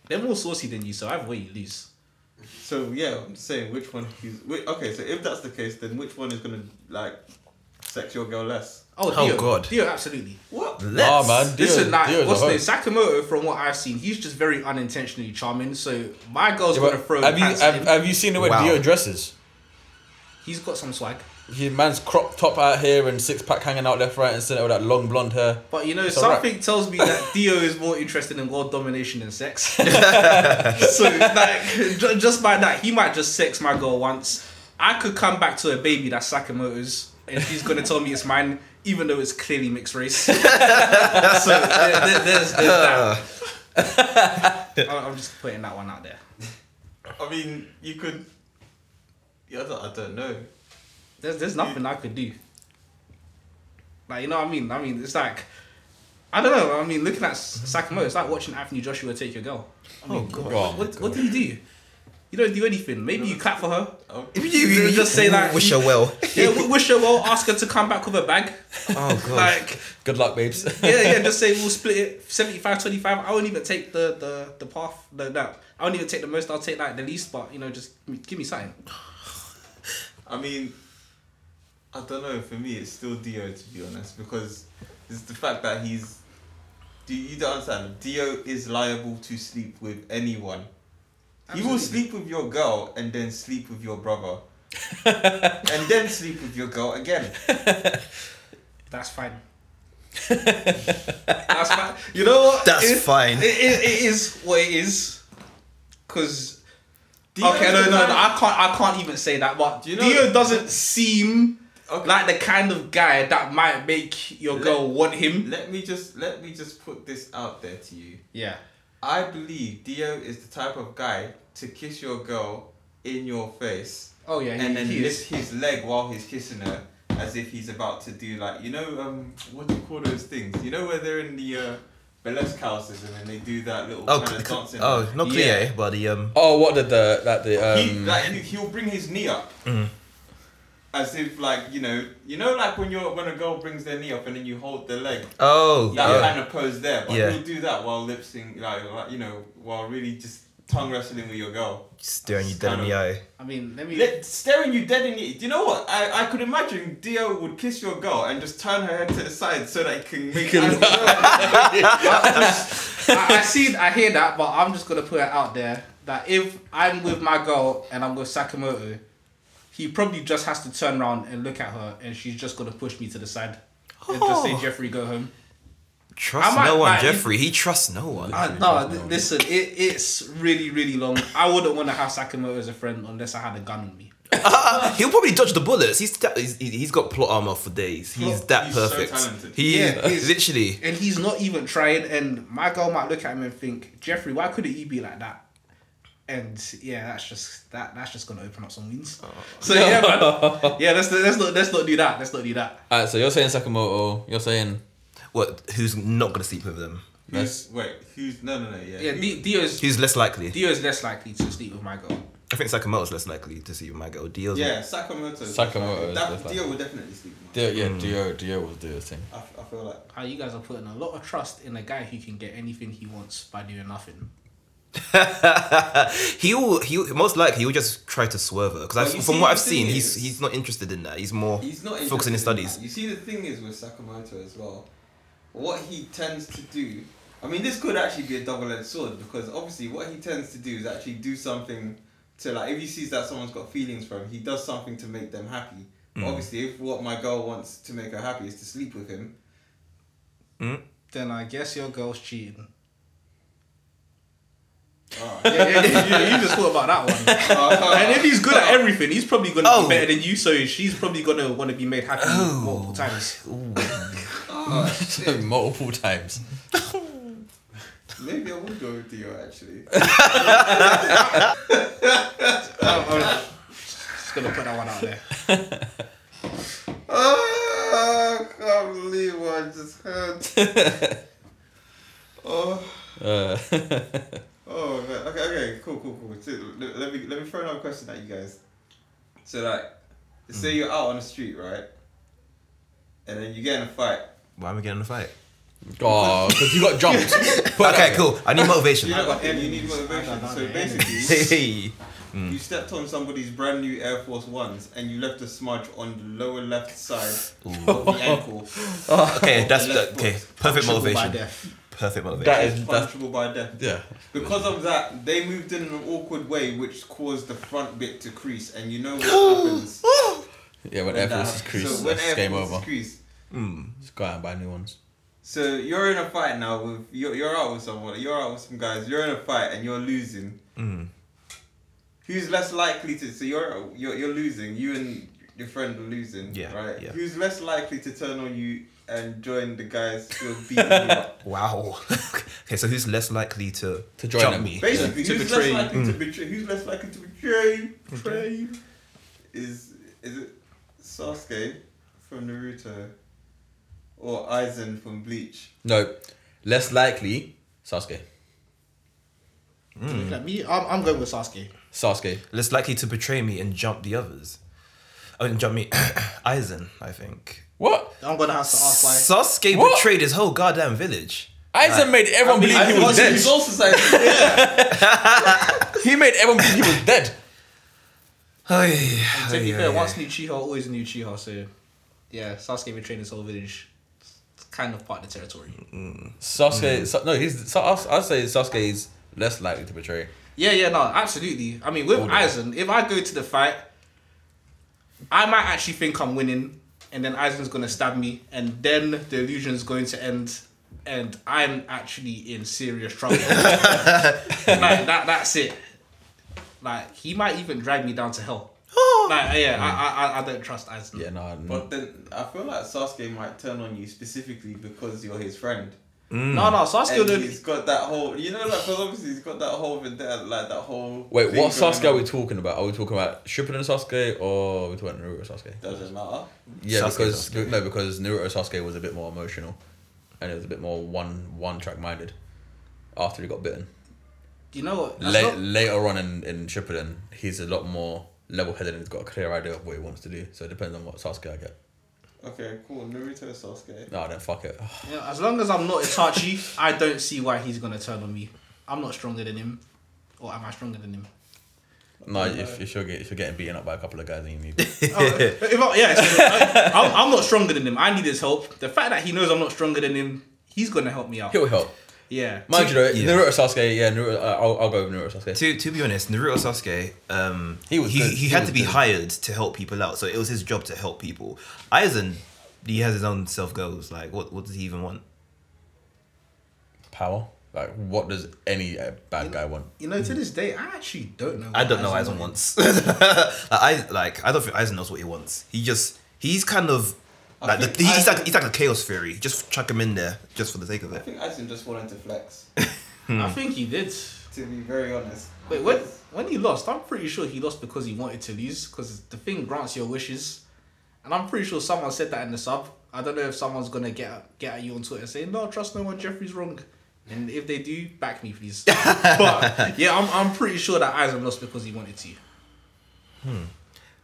[SPEAKER 4] They're more saucy than you, so either way you lose.
[SPEAKER 3] So yeah, I'm saying which one. He's, whi- okay, so if that's the case, then which one is gonna like sex your girl less?
[SPEAKER 4] Oh,
[SPEAKER 2] Oh,
[SPEAKER 4] Dio,
[SPEAKER 2] God.
[SPEAKER 4] Dio, absolutely.
[SPEAKER 3] What?
[SPEAKER 1] Ah
[SPEAKER 2] Let's.
[SPEAKER 1] man, Dio,
[SPEAKER 4] Listen, like,
[SPEAKER 1] Dio's a
[SPEAKER 4] what's
[SPEAKER 1] hoe.
[SPEAKER 4] the Sakamoto? From what I've seen, he's just very unintentionally charming. So my girl's
[SPEAKER 1] Yeah, but
[SPEAKER 4] gonna throw.
[SPEAKER 1] have you
[SPEAKER 4] pants at
[SPEAKER 1] have,
[SPEAKER 4] him.
[SPEAKER 1] have you seen the way
[SPEAKER 2] Wow.
[SPEAKER 1] Dio dresses?
[SPEAKER 4] He's got some swag,
[SPEAKER 1] He man's crop top out here and six pack hanging out left, right, and centre with that long blonde hair.
[SPEAKER 4] but you know
[SPEAKER 1] It's alright.
[SPEAKER 4] something tells me that Dio is more interested in world domination than sex. so like, ju- just by that, he might just sex my girl once. I could come back to a baby that's Sakamoto's, and she's gonna tell me it's mine, even though it's clearly mixed race. so there- there- there's, there's that. I- I'm just putting that one out there.
[SPEAKER 3] I mean, you could. Yeah, I don't, I don't know.
[SPEAKER 4] There's there's nothing I could do. Like you know what I mean? I mean it's like I don't know. I mean looking at S- Sakamoto, it's like watching Anthony Joshua take your girl. I mean,
[SPEAKER 2] Mm-hmm. God.
[SPEAKER 1] Oh,
[SPEAKER 4] What, what do you do? You don't do anything. Maybe you clap for her.
[SPEAKER 3] Oh,
[SPEAKER 2] You,
[SPEAKER 4] You just say that-
[SPEAKER 2] Wish her well.
[SPEAKER 4] Yeah, w- wish her well. Ask her to come back with a bag.
[SPEAKER 2] oh god.
[SPEAKER 4] Like
[SPEAKER 1] Good luck, babes.
[SPEAKER 4] yeah, yeah. Just say we'll split it 75-25. I won't even take the the the path. The, that I won't even take the most. I'll take like the least. But you know, just give me- give me something.
[SPEAKER 3] I mean, I don't know. For me, it's still Dio to be honest, because it's the fact that he's Do you don't understand? Dio is liable to sleep with anyone. He will
[SPEAKER 4] Absolutely.
[SPEAKER 3] sleep with your girl and then sleep with your brother. and then sleep with your girl again.
[SPEAKER 4] That's fine.
[SPEAKER 3] That's fine. You know what?
[SPEAKER 2] That's
[SPEAKER 3] It's-
[SPEAKER 2] fine.
[SPEAKER 4] It, it, it is what it is. Cause
[SPEAKER 3] Dio
[SPEAKER 4] okay,
[SPEAKER 3] is
[SPEAKER 4] no,
[SPEAKER 3] the
[SPEAKER 4] no, no,
[SPEAKER 3] man-
[SPEAKER 4] I can't, I can't even say that. But
[SPEAKER 3] Do you know-
[SPEAKER 4] Dio doesn't seem
[SPEAKER 3] Okay.
[SPEAKER 4] like the kind of guy that might make your
[SPEAKER 3] Let-
[SPEAKER 4] girl want him.
[SPEAKER 3] Let me just let me just put this out there to you.
[SPEAKER 4] Yeah.
[SPEAKER 3] I believe Dio is the type of guy to kiss your girl in your face
[SPEAKER 4] Oh yeah.
[SPEAKER 3] and then
[SPEAKER 4] he
[SPEAKER 3] lift
[SPEAKER 4] is.
[SPEAKER 3] his leg while he's kissing her as if he's about to do like you know um what do you call those things? You know where they're in the uh, burlesque houses and then they do that little
[SPEAKER 2] Oh,
[SPEAKER 3] kind of
[SPEAKER 2] cl-
[SPEAKER 3] dancing.
[SPEAKER 2] oh, not clear,
[SPEAKER 4] Yeah.
[SPEAKER 2] but the um.
[SPEAKER 1] Oh, what did the like the
[SPEAKER 3] he,
[SPEAKER 1] um?
[SPEAKER 3] like he- he'll bring his knee up.
[SPEAKER 2] Mm-hmm.
[SPEAKER 3] As if like you know you know like when you're when a girl brings their knee up and then you hold the leg
[SPEAKER 2] Oh,
[SPEAKER 3] that
[SPEAKER 2] yeah.
[SPEAKER 3] kind of pose there, but
[SPEAKER 2] Yeah.
[SPEAKER 3] he'll do that while lip sync, like, like you know, while really just tongue wrestling with your girl,
[SPEAKER 2] staring you dead in the eye.
[SPEAKER 4] I mean, let me.
[SPEAKER 3] Let, staring you dead in the. Do you know what? I, I could imagine Dio would kiss your girl and just turn her head to the side so that he can make.
[SPEAKER 1] can-
[SPEAKER 3] eyes with her.
[SPEAKER 4] I, I see, I hear that, but I'm just gonna put it out there that if I'm with my girl and I'm with Sakamoto, he probably just has to turn around and look at her, and she's just gonna push me to the side and just say,
[SPEAKER 2] Oh.
[SPEAKER 4] "Jeffrey, go home."
[SPEAKER 2] Trust
[SPEAKER 4] I might-
[SPEAKER 2] no one,
[SPEAKER 4] might-
[SPEAKER 2] Jeffrey. He trusts no one.
[SPEAKER 4] I, Uh, no, th- listen, it, it's really, really long. I wouldn't want to have Sakamoto as a friend unless I had a gun on me.
[SPEAKER 2] He'll probably dodge the bullets. He's that, he's, he's got plot armor for days. He's
[SPEAKER 3] Plot-
[SPEAKER 2] that
[SPEAKER 3] he's so
[SPEAKER 2] perfect.
[SPEAKER 3] talented.
[SPEAKER 2] he
[SPEAKER 4] Yeah, he's-
[SPEAKER 2] is literally.
[SPEAKER 4] And he's not even trying, and my girl might look at him and think, "Jeffrey, why couldn't you be like that?" And yeah, that's just that. That's just gonna open up some wounds. So yeah, man. yeah. Let's let's not let's not do that. Let's not do that.
[SPEAKER 1] Alright, so you're saying Sakamoto. You're saying
[SPEAKER 2] What? Who's not gonna sleep with them?
[SPEAKER 3] Who's- wait, who's no no no yeah.
[SPEAKER 4] Yeah,
[SPEAKER 3] Who-
[SPEAKER 4] D- Dio's
[SPEAKER 2] Who's less likely?
[SPEAKER 4] Dio's less likely to sleep with my girl.
[SPEAKER 2] I think Sakamoto's less likely to sleep with my girl. Deals.
[SPEAKER 3] yeah, Sakamoto.
[SPEAKER 1] Sakamoto
[SPEAKER 3] is like-
[SPEAKER 1] is
[SPEAKER 3] That,
[SPEAKER 1] definitely-
[SPEAKER 3] Dio would definitely sleep. with him.
[SPEAKER 1] Dio, yeah, Dio, Dio will do his thing.
[SPEAKER 3] I, f- I feel like
[SPEAKER 4] How you guys are putting a lot of trust in a guy who can get anything he wants by doing nothing.
[SPEAKER 2] he will. He will- most likely he will just try to swerve her
[SPEAKER 3] But
[SPEAKER 2] because
[SPEAKER 3] you
[SPEAKER 2] from
[SPEAKER 3] see,
[SPEAKER 2] what
[SPEAKER 3] the
[SPEAKER 2] I've seen,
[SPEAKER 3] thing
[SPEAKER 2] he's
[SPEAKER 3] is-
[SPEAKER 2] he's not interested in that. He's more
[SPEAKER 3] He's not
[SPEAKER 2] focused in his
[SPEAKER 3] interested in
[SPEAKER 2] studies.
[SPEAKER 3] that. You see, the thing is with Sakamoto as well, what he tends to do. I mean, this could actually be a double-edged sword because obviously, what he tends to do is actually do something to like if he sees that someone's got feelings for him, he does something to make them happy.
[SPEAKER 2] Hmm.
[SPEAKER 3] But obviously, if what my girl wants to make her happy is to sleep with him,
[SPEAKER 4] Then I guess your girl's cheating.
[SPEAKER 3] ah,
[SPEAKER 4] Oh, Yeah, yeah, yeah, yeah, you just thought about that one.
[SPEAKER 3] ah, ah,
[SPEAKER 4] And if he's good at everything, he's probably gonna
[SPEAKER 2] Oh.
[SPEAKER 4] be better than you. So she's probably gonna want to be made happy multiple times.
[SPEAKER 1] Multiple times.
[SPEAKER 3] maybe I would go with Dio actually.
[SPEAKER 4] Just gonna put that one out there.
[SPEAKER 3] Ah, I can't believe what I just heard. oh.
[SPEAKER 1] Uh,
[SPEAKER 3] Oh, man. okay, okay, cool, cool, cool. So, le- let me let me throw another question at you guys. So like,
[SPEAKER 1] Mm.
[SPEAKER 3] say you're out on the street, right? And then you get in a fight.
[SPEAKER 2] Why am I getting in a fight?
[SPEAKER 1] oh, because you got jumped. Put it that
[SPEAKER 2] okay,
[SPEAKER 1] way.
[SPEAKER 2] cool. I need motivation.
[SPEAKER 3] You, know,
[SPEAKER 4] got
[SPEAKER 3] and you need
[SPEAKER 4] enemies. I
[SPEAKER 3] motivation.
[SPEAKER 4] got
[SPEAKER 3] So
[SPEAKER 4] enemies.
[SPEAKER 3] basically,
[SPEAKER 2] hey,
[SPEAKER 1] Mm.
[SPEAKER 3] you stepped on somebody's brand new Air Force Ones, and you left a smudge on the lower left side of the ankle.
[SPEAKER 1] Oh,
[SPEAKER 2] okay, that's
[SPEAKER 3] Let's
[SPEAKER 2] that,
[SPEAKER 3] put-
[SPEAKER 2] okay. Perfect
[SPEAKER 4] Triple by
[SPEAKER 2] motivation.
[SPEAKER 4] death.
[SPEAKER 2] Perfect motivation.
[SPEAKER 1] That is that's
[SPEAKER 3] Punishable by death.
[SPEAKER 1] yeah.
[SPEAKER 3] Because of that, they moved in an awkward way, which caused the front bit to crease, and you know what happens.
[SPEAKER 1] Yeah, when
[SPEAKER 3] when
[SPEAKER 1] Air
[SPEAKER 3] that
[SPEAKER 1] Force is
[SPEAKER 3] happens.
[SPEAKER 1] creased,
[SPEAKER 3] So when
[SPEAKER 1] that's
[SPEAKER 3] Air
[SPEAKER 1] game
[SPEAKER 3] Force is
[SPEAKER 1] over.
[SPEAKER 3] creased,
[SPEAKER 2] Hmm,
[SPEAKER 1] Just go out and buy new ones.
[SPEAKER 3] So you're in a fight now with you're, you're out with someone, you're out with some guys, you're in a fight and you're losing.
[SPEAKER 2] hmm.
[SPEAKER 3] Who's less likely to so you're you're, you're losing, you and your friend are losing,
[SPEAKER 2] Yeah,
[SPEAKER 3] right?
[SPEAKER 2] yeah.
[SPEAKER 3] Who's less likely to turn on you and join the guys who are beating you up?
[SPEAKER 2] Wow. okay, so who's less likely to,
[SPEAKER 1] To join
[SPEAKER 2] jump
[SPEAKER 1] them.
[SPEAKER 2] me?
[SPEAKER 3] Basically,
[SPEAKER 4] To
[SPEAKER 3] who's
[SPEAKER 4] betray you. Hmm.
[SPEAKER 3] less likely to betray who's less likely to betray betray you? is is it Sasuke from Naruto or Aizen from Bleach?
[SPEAKER 1] No, less likely Sasuke.
[SPEAKER 2] Hmm.
[SPEAKER 4] Look at me. I'm, I'm going with Sasuke.
[SPEAKER 1] Sasuke.
[SPEAKER 2] Less likely to betray me and jump the others. I mean, jump me, Aizen. I think.
[SPEAKER 1] What?
[SPEAKER 4] I'm gonna have to ask why.
[SPEAKER 2] Sasuke
[SPEAKER 1] What?
[SPEAKER 2] betrayed his whole goddamn village.
[SPEAKER 1] Aizen made everyone
[SPEAKER 4] I mean,
[SPEAKER 1] believe he was
[SPEAKER 4] Aizen-
[SPEAKER 1] dead.
[SPEAKER 3] Soul Society.
[SPEAKER 1] He made everyone believe he was dead.
[SPEAKER 2] Ay,
[SPEAKER 4] to
[SPEAKER 2] ay,
[SPEAKER 4] be
[SPEAKER 2] ay,
[SPEAKER 4] fair,
[SPEAKER 2] ay.
[SPEAKER 4] once knew Chiha, always knew Chiha. So yeah, Sasuke betrayed his whole village. kind of part of the territory.
[SPEAKER 1] Sasuke, Sa- no, he's. Sa- I'll- I'd say Sasuke's less likely to betray.
[SPEAKER 4] Yeah, yeah, no, absolutely. I mean, with
[SPEAKER 1] All the way.
[SPEAKER 4] Aizen, if I go to the fight, I might actually think I'm winning, and then Aizen's gonna stab me, and then the illusion's going to end, and I'm actually in serious trouble. like that, that's it. Like he might even drag me down to hell.
[SPEAKER 3] Oh.
[SPEAKER 4] Like yeah, I, I, I, I don't trust Aizen.
[SPEAKER 1] Mm. Yeah, no. no.
[SPEAKER 3] But then I feel like Sasuke might turn on you specifically because you're his friend.
[SPEAKER 4] No, no, Sasuke
[SPEAKER 3] And
[SPEAKER 4] would-
[SPEAKER 3] he's got that whole, you know, like because obviously he's got that whole vendetta, like that whole.
[SPEAKER 1] Wait,
[SPEAKER 3] thing
[SPEAKER 1] what
[SPEAKER 3] going
[SPEAKER 1] Sasuke are we
[SPEAKER 3] on.
[SPEAKER 1] talking about? Are we talking about Shippuden Sasuke or are we talking Naruto Sasuke?
[SPEAKER 3] Doesn't matter.
[SPEAKER 1] Yeah,
[SPEAKER 2] Sasuke,
[SPEAKER 1] because
[SPEAKER 2] Sasuke.
[SPEAKER 1] no, because Naruto Sasuke was a bit more emotional, and it was a bit more one one track minded. After he got bitten,
[SPEAKER 4] You know what? That's
[SPEAKER 1] La-
[SPEAKER 4] not-
[SPEAKER 1] later on in in Shippuden, he's a lot more level headed and he's got a clear idea of what he wants to do. So it depends on what Sasuke I get.
[SPEAKER 3] Okay, cool. Naruto Sasuke.
[SPEAKER 1] No, then fuck it.
[SPEAKER 4] You know, as long as I'm not Itachi, I don't see why he's gonna turn on me. I'm not stronger than him, or am I stronger than him?
[SPEAKER 1] No, if, if you're get, if you're getting beaten up by a couple of guys, then you need.
[SPEAKER 4] Oh, if I- yeah, so I, I'm, I'm not stronger than him. I need his help. The fact that he knows I'm not stronger than him, he's gonna help me out.
[SPEAKER 1] He'll help.
[SPEAKER 4] Yeah.
[SPEAKER 1] Mind you, though,
[SPEAKER 2] yeah.
[SPEAKER 1] Naruto Sasuke, yeah, Naruto, uh, I'll, I'll go with Naruto Sasuke.
[SPEAKER 2] To, to be honest, Naruto Sasuke, um,
[SPEAKER 1] He
[SPEAKER 2] he,
[SPEAKER 1] was
[SPEAKER 2] he,
[SPEAKER 1] good. He
[SPEAKER 2] had
[SPEAKER 1] was
[SPEAKER 2] to be
[SPEAKER 1] good.
[SPEAKER 2] hired to help people out, so it was his job to help people. Aizen, he has his own self goals. Like, what, what does he even want?
[SPEAKER 1] Power. Like, what does any uh, bad guy want?
[SPEAKER 4] You know, to this day, I actually don't know.
[SPEAKER 2] I
[SPEAKER 4] what
[SPEAKER 2] don't know Aizen wants. like, I like I don't think Aizen knows what he wants. He just he's kind of like the,
[SPEAKER 3] think
[SPEAKER 2] he's
[SPEAKER 3] Aizen-
[SPEAKER 2] like he's like a chaos theory. Just chuck him in there just for the sake of
[SPEAKER 3] I
[SPEAKER 2] it.
[SPEAKER 3] think Aizen just wanted to flex.
[SPEAKER 4] I think he did.
[SPEAKER 3] to be very honest.
[SPEAKER 4] Wait, when when he lost, I'm pretty sure he lost because he wanted to lose. Because the thing grants your wishes, and I'm pretty sure someone said that in the sub. I don't know if someone's gonna get at- get at you on Twitter saying, "No, trust no one. Jeffrey's wrong." And if they do, back me, please. but yeah, I'm, I'm pretty sure that Aizen lost because he wanted to.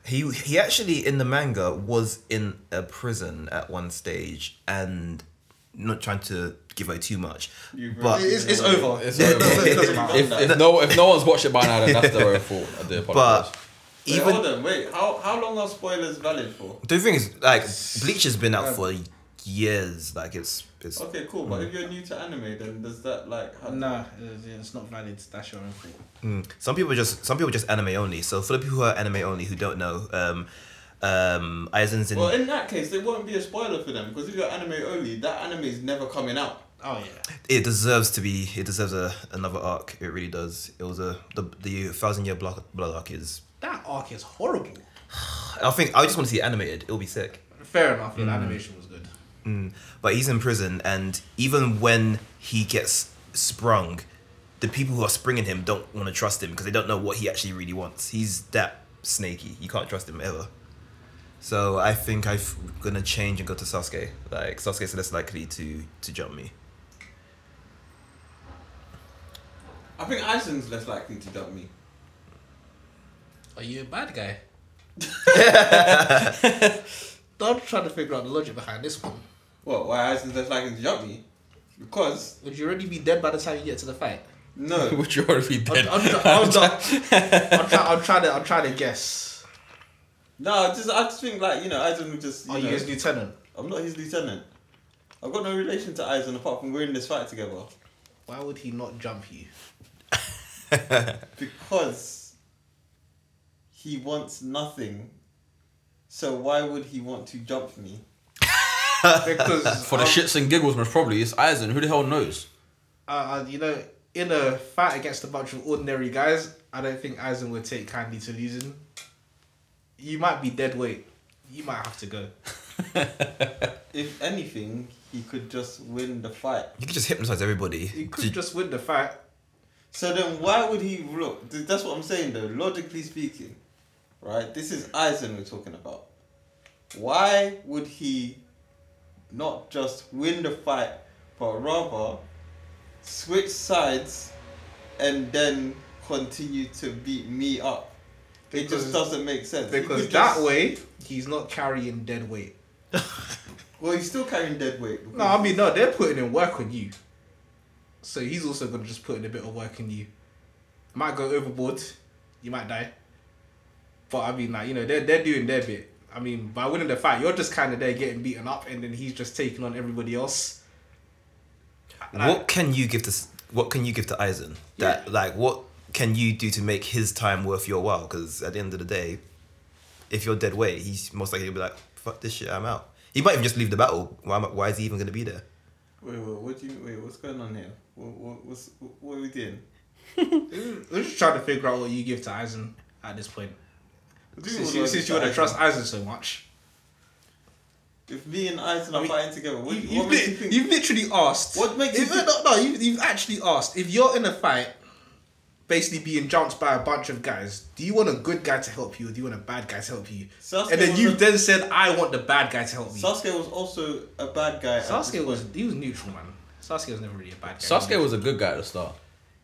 [SPEAKER 2] He he actually in the manga was in a prison at one stage and not trying to give away too much.
[SPEAKER 3] You
[SPEAKER 2] but
[SPEAKER 3] really-
[SPEAKER 4] It's, it's over.
[SPEAKER 1] It's
[SPEAKER 2] Yeah,
[SPEAKER 1] over.
[SPEAKER 2] no,
[SPEAKER 4] it doesn't matter.
[SPEAKER 1] if, if no if no one's watched it by now, then that's their own fault. I do apologize.
[SPEAKER 2] but
[SPEAKER 3] Wait,
[SPEAKER 2] even
[SPEAKER 3] hold on, wait. How how long are spoilers valid for?
[SPEAKER 2] the thing is like Bleach has been out for years. Like it's it's
[SPEAKER 3] Okay, cool. But if you're new to anime, then does that like? Have,
[SPEAKER 4] Nah, it's- it's not valid. That's your own fault.
[SPEAKER 2] Mm. Some people just some people just anime only. So for the people who are anime only who don't know, um, um, Aizen's in.
[SPEAKER 3] Well, in that case, there won't be a spoiler for them because if you're anime only, that anime is never coming out.
[SPEAKER 4] Oh yeah.
[SPEAKER 2] it deserves to be. It deserves a, another arc. It really does. It was a the, the thousand year blood, blood arc is.
[SPEAKER 4] That arc is horrible.
[SPEAKER 2] I think I just want to see it animated. It'll be sick.
[SPEAKER 4] Fair enough. Yeah, the animation was good.
[SPEAKER 2] Mm. But he's in prison, and even when he gets sprung, the people who are springing him don't want to trust him because they don't know what he actually really wants. He's that snaky. You can't trust him ever. So I think I'm gonna change and go to Sasuke. Like Sasuke's less likely to to jump me.
[SPEAKER 3] I think Aizen's less likely to dump me.
[SPEAKER 4] Are you a bad guy? I'm trying to figure out the logic behind this one.
[SPEAKER 3] What? Why Aizen's less likely to dump me? Because
[SPEAKER 4] Would you already be dead by the time you get to the fight?
[SPEAKER 3] no,
[SPEAKER 1] Would you already be
[SPEAKER 4] I'm,
[SPEAKER 1] dead?
[SPEAKER 4] I'm, try- I'm, try- I'm, try- I'm trying to. I'm trying to guess.
[SPEAKER 3] no. Just I just think like you know Aizen would just. You
[SPEAKER 4] Are
[SPEAKER 3] know,
[SPEAKER 4] Oh, you his lieutenant?
[SPEAKER 3] I'm not his lieutenant. I've got no relation to Aizen apart from we're in this fight together.
[SPEAKER 4] Why would he not jump you?
[SPEAKER 3] Because he wants nothing. So why would he want to jump me?
[SPEAKER 4] Because
[SPEAKER 1] For the
[SPEAKER 4] um,
[SPEAKER 1] shits and giggles, most probably it's Aizen. Who the hell knows?
[SPEAKER 4] uh, uh, you know, in a fight against a bunch of ordinary guys, I don't think Aizen would take kindly to losing. You might be dead weight. You might have to go.
[SPEAKER 3] If anything, he could just win the fight.
[SPEAKER 2] You could just hypnotize everybody.
[SPEAKER 4] You
[SPEAKER 2] to-
[SPEAKER 4] could just win the fight.
[SPEAKER 3] So then why would he look? th- That's what I'm saying though, logically speaking. Right? This is Aizen we're talking about. Why would he not just win the fight, but rather switch sides and then continue to beat me up? it just
[SPEAKER 4] Because-
[SPEAKER 3] doesn't make sense. He
[SPEAKER 4] Because
[SPEAKER 3] could
[SPEAKER 4] that
[SPEAKER 3] just-
[SPEAKER 4] way, he's not carrying dead weight.
[SPEAKER 3] Well, he's still carrying dead weight.
[SPEAKER 4] No, I mean, no, they're putting in work on you. So he's also going to just put in a bit of work on you. Might go overboard. You might die. But I mean, like, you know, they're, they're doing their bit. I mean, by winning the fight, you're just kind of there getting beaten up, and then he's just taking on everybody else.
[SPEAKER 2] What can you give to What can you give to Eisen? That like what can you do to make his time worth your while? Because at the end of the day, if you're dead weight, he's most likely gonna be like, "Fuck this shit, I'm out." He might even just leave the battle. Why? am I- Why is he even gonna be there?
[SPEAKER 3] Wait, wait, what do you wait? What's going on here? What, what, what's, what are we doing?
[SPEAKER 4] We're just trying to figure out what you give to Eisen at this point.
[SPEAKER 3] What do you mean
[SPEAKER 4] Since
[SPEAKER 3] what do I
[SPEAKER 4] you, since
[SPEAKER 3] do
[SPEAKER 4] you want to
[SPEAKER 3] Aizen?
[SPEAKER 4] trust Eisen so much,
[SPEAKER 3] If me and Aizen are
[SPEAKER 4] I mean,
[SPEAKER 3] fighting together, what,
[SPEAKER 4] you,
[SPEAKER 3] what
[SPEAKER 4] you've,
[SPEAKER 3] makes
[SPEAKER 4] li-
[SPEAKER 3] you think?
[SPEAKER 4] you've literally asked.
[SPEAKER 3] What makes you
[SPEAKER 4] If-
[SPEAKER 3] think-
[SPEAKER 4] no, no, you've, you've actually asked if you're in a fight, basically being jounced by a bunch of guys. Do you want a good guy to help you, or do you want a bad guy to help you?
[SPEAKER 3] Sasuke
[SPEAKER 4] and then
[SPEAKER 3] was
[SPEAKER 4] you
[SPEAKER 3] a-
[SPEAKER 4] have then said, "I want the bad guy to help me."
[SPEAKER 3] Sasuke was also a bad guy. at this
[SPEAKER 4] Sasuke was
[SPEAKER 3] point.
[SPEAKER 4] he was neutral, man. Sasuke was never really a bad guy.
[SPEAKER 1] Sasuke was a good guy at the start.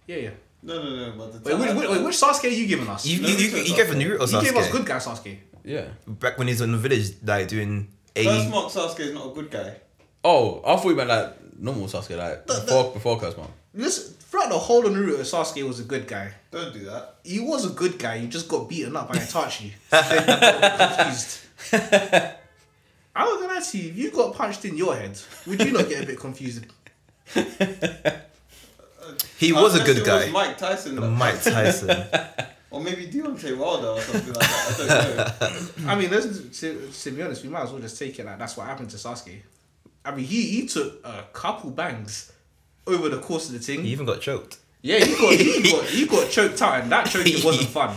[SPEAKER 4] Yeah, yeah.
[SPEAKER 3] no, no, no. But the
[SPEAKER 4] Wait, wait, wait, wait, which Sasuke are you giving us?
[SPEAKER 2] You
[SPEAKER 4] You,
[SPEAKER 2] you, you, you, gave a new Sasuke
[SPEAKER 4] gave us good guy Sasuke.
[SPEAKER 1] Yeah.
[SPEAKER 2] back when he's in the village, like doing
[SPEAKER 3] First
[SPEAKER 2] a.
[SPEAKER 3] mark Sasuke is not a good guy.
[SPEAKER 1] Oh, I thought you meant like normal Sasuke, like before before Curse Mom.
[SPEAKER 4] Listen, throughout the whole of Naruto, Sasuke was a good guy.
[SPEAKER 3] Don't do that.
[SPEAKER 4] He was a good guy. He just got beaten up by Itachi. Then he got confused. I was gonna ask you, if you got punched in your head, would you not get a bit confused?
[SPEAKER 2] He was a
[SPEAKER 3] Unless
[SPEAKER 2] good
[SPEAKER 3] it
[SPEAKER 2] guy.
[SPEAKER 3] Was Mike Tyson, that-
[SPEAKER 2] Mike Tyson.
[SPEAKER 3] or maybe Deontay Wilder or something like that. I don't know.
[SPEAKER 4] I mean, let's to, to be honest, we might as well just take it like that's what happened to Sasuke. I mean, he he took a couple bangs over the course of the thing.
[SPEAKER 2] he even got choked.
[SPEAKER 4] Yeah, you got you got you got choked out, and that choking wasn't fun.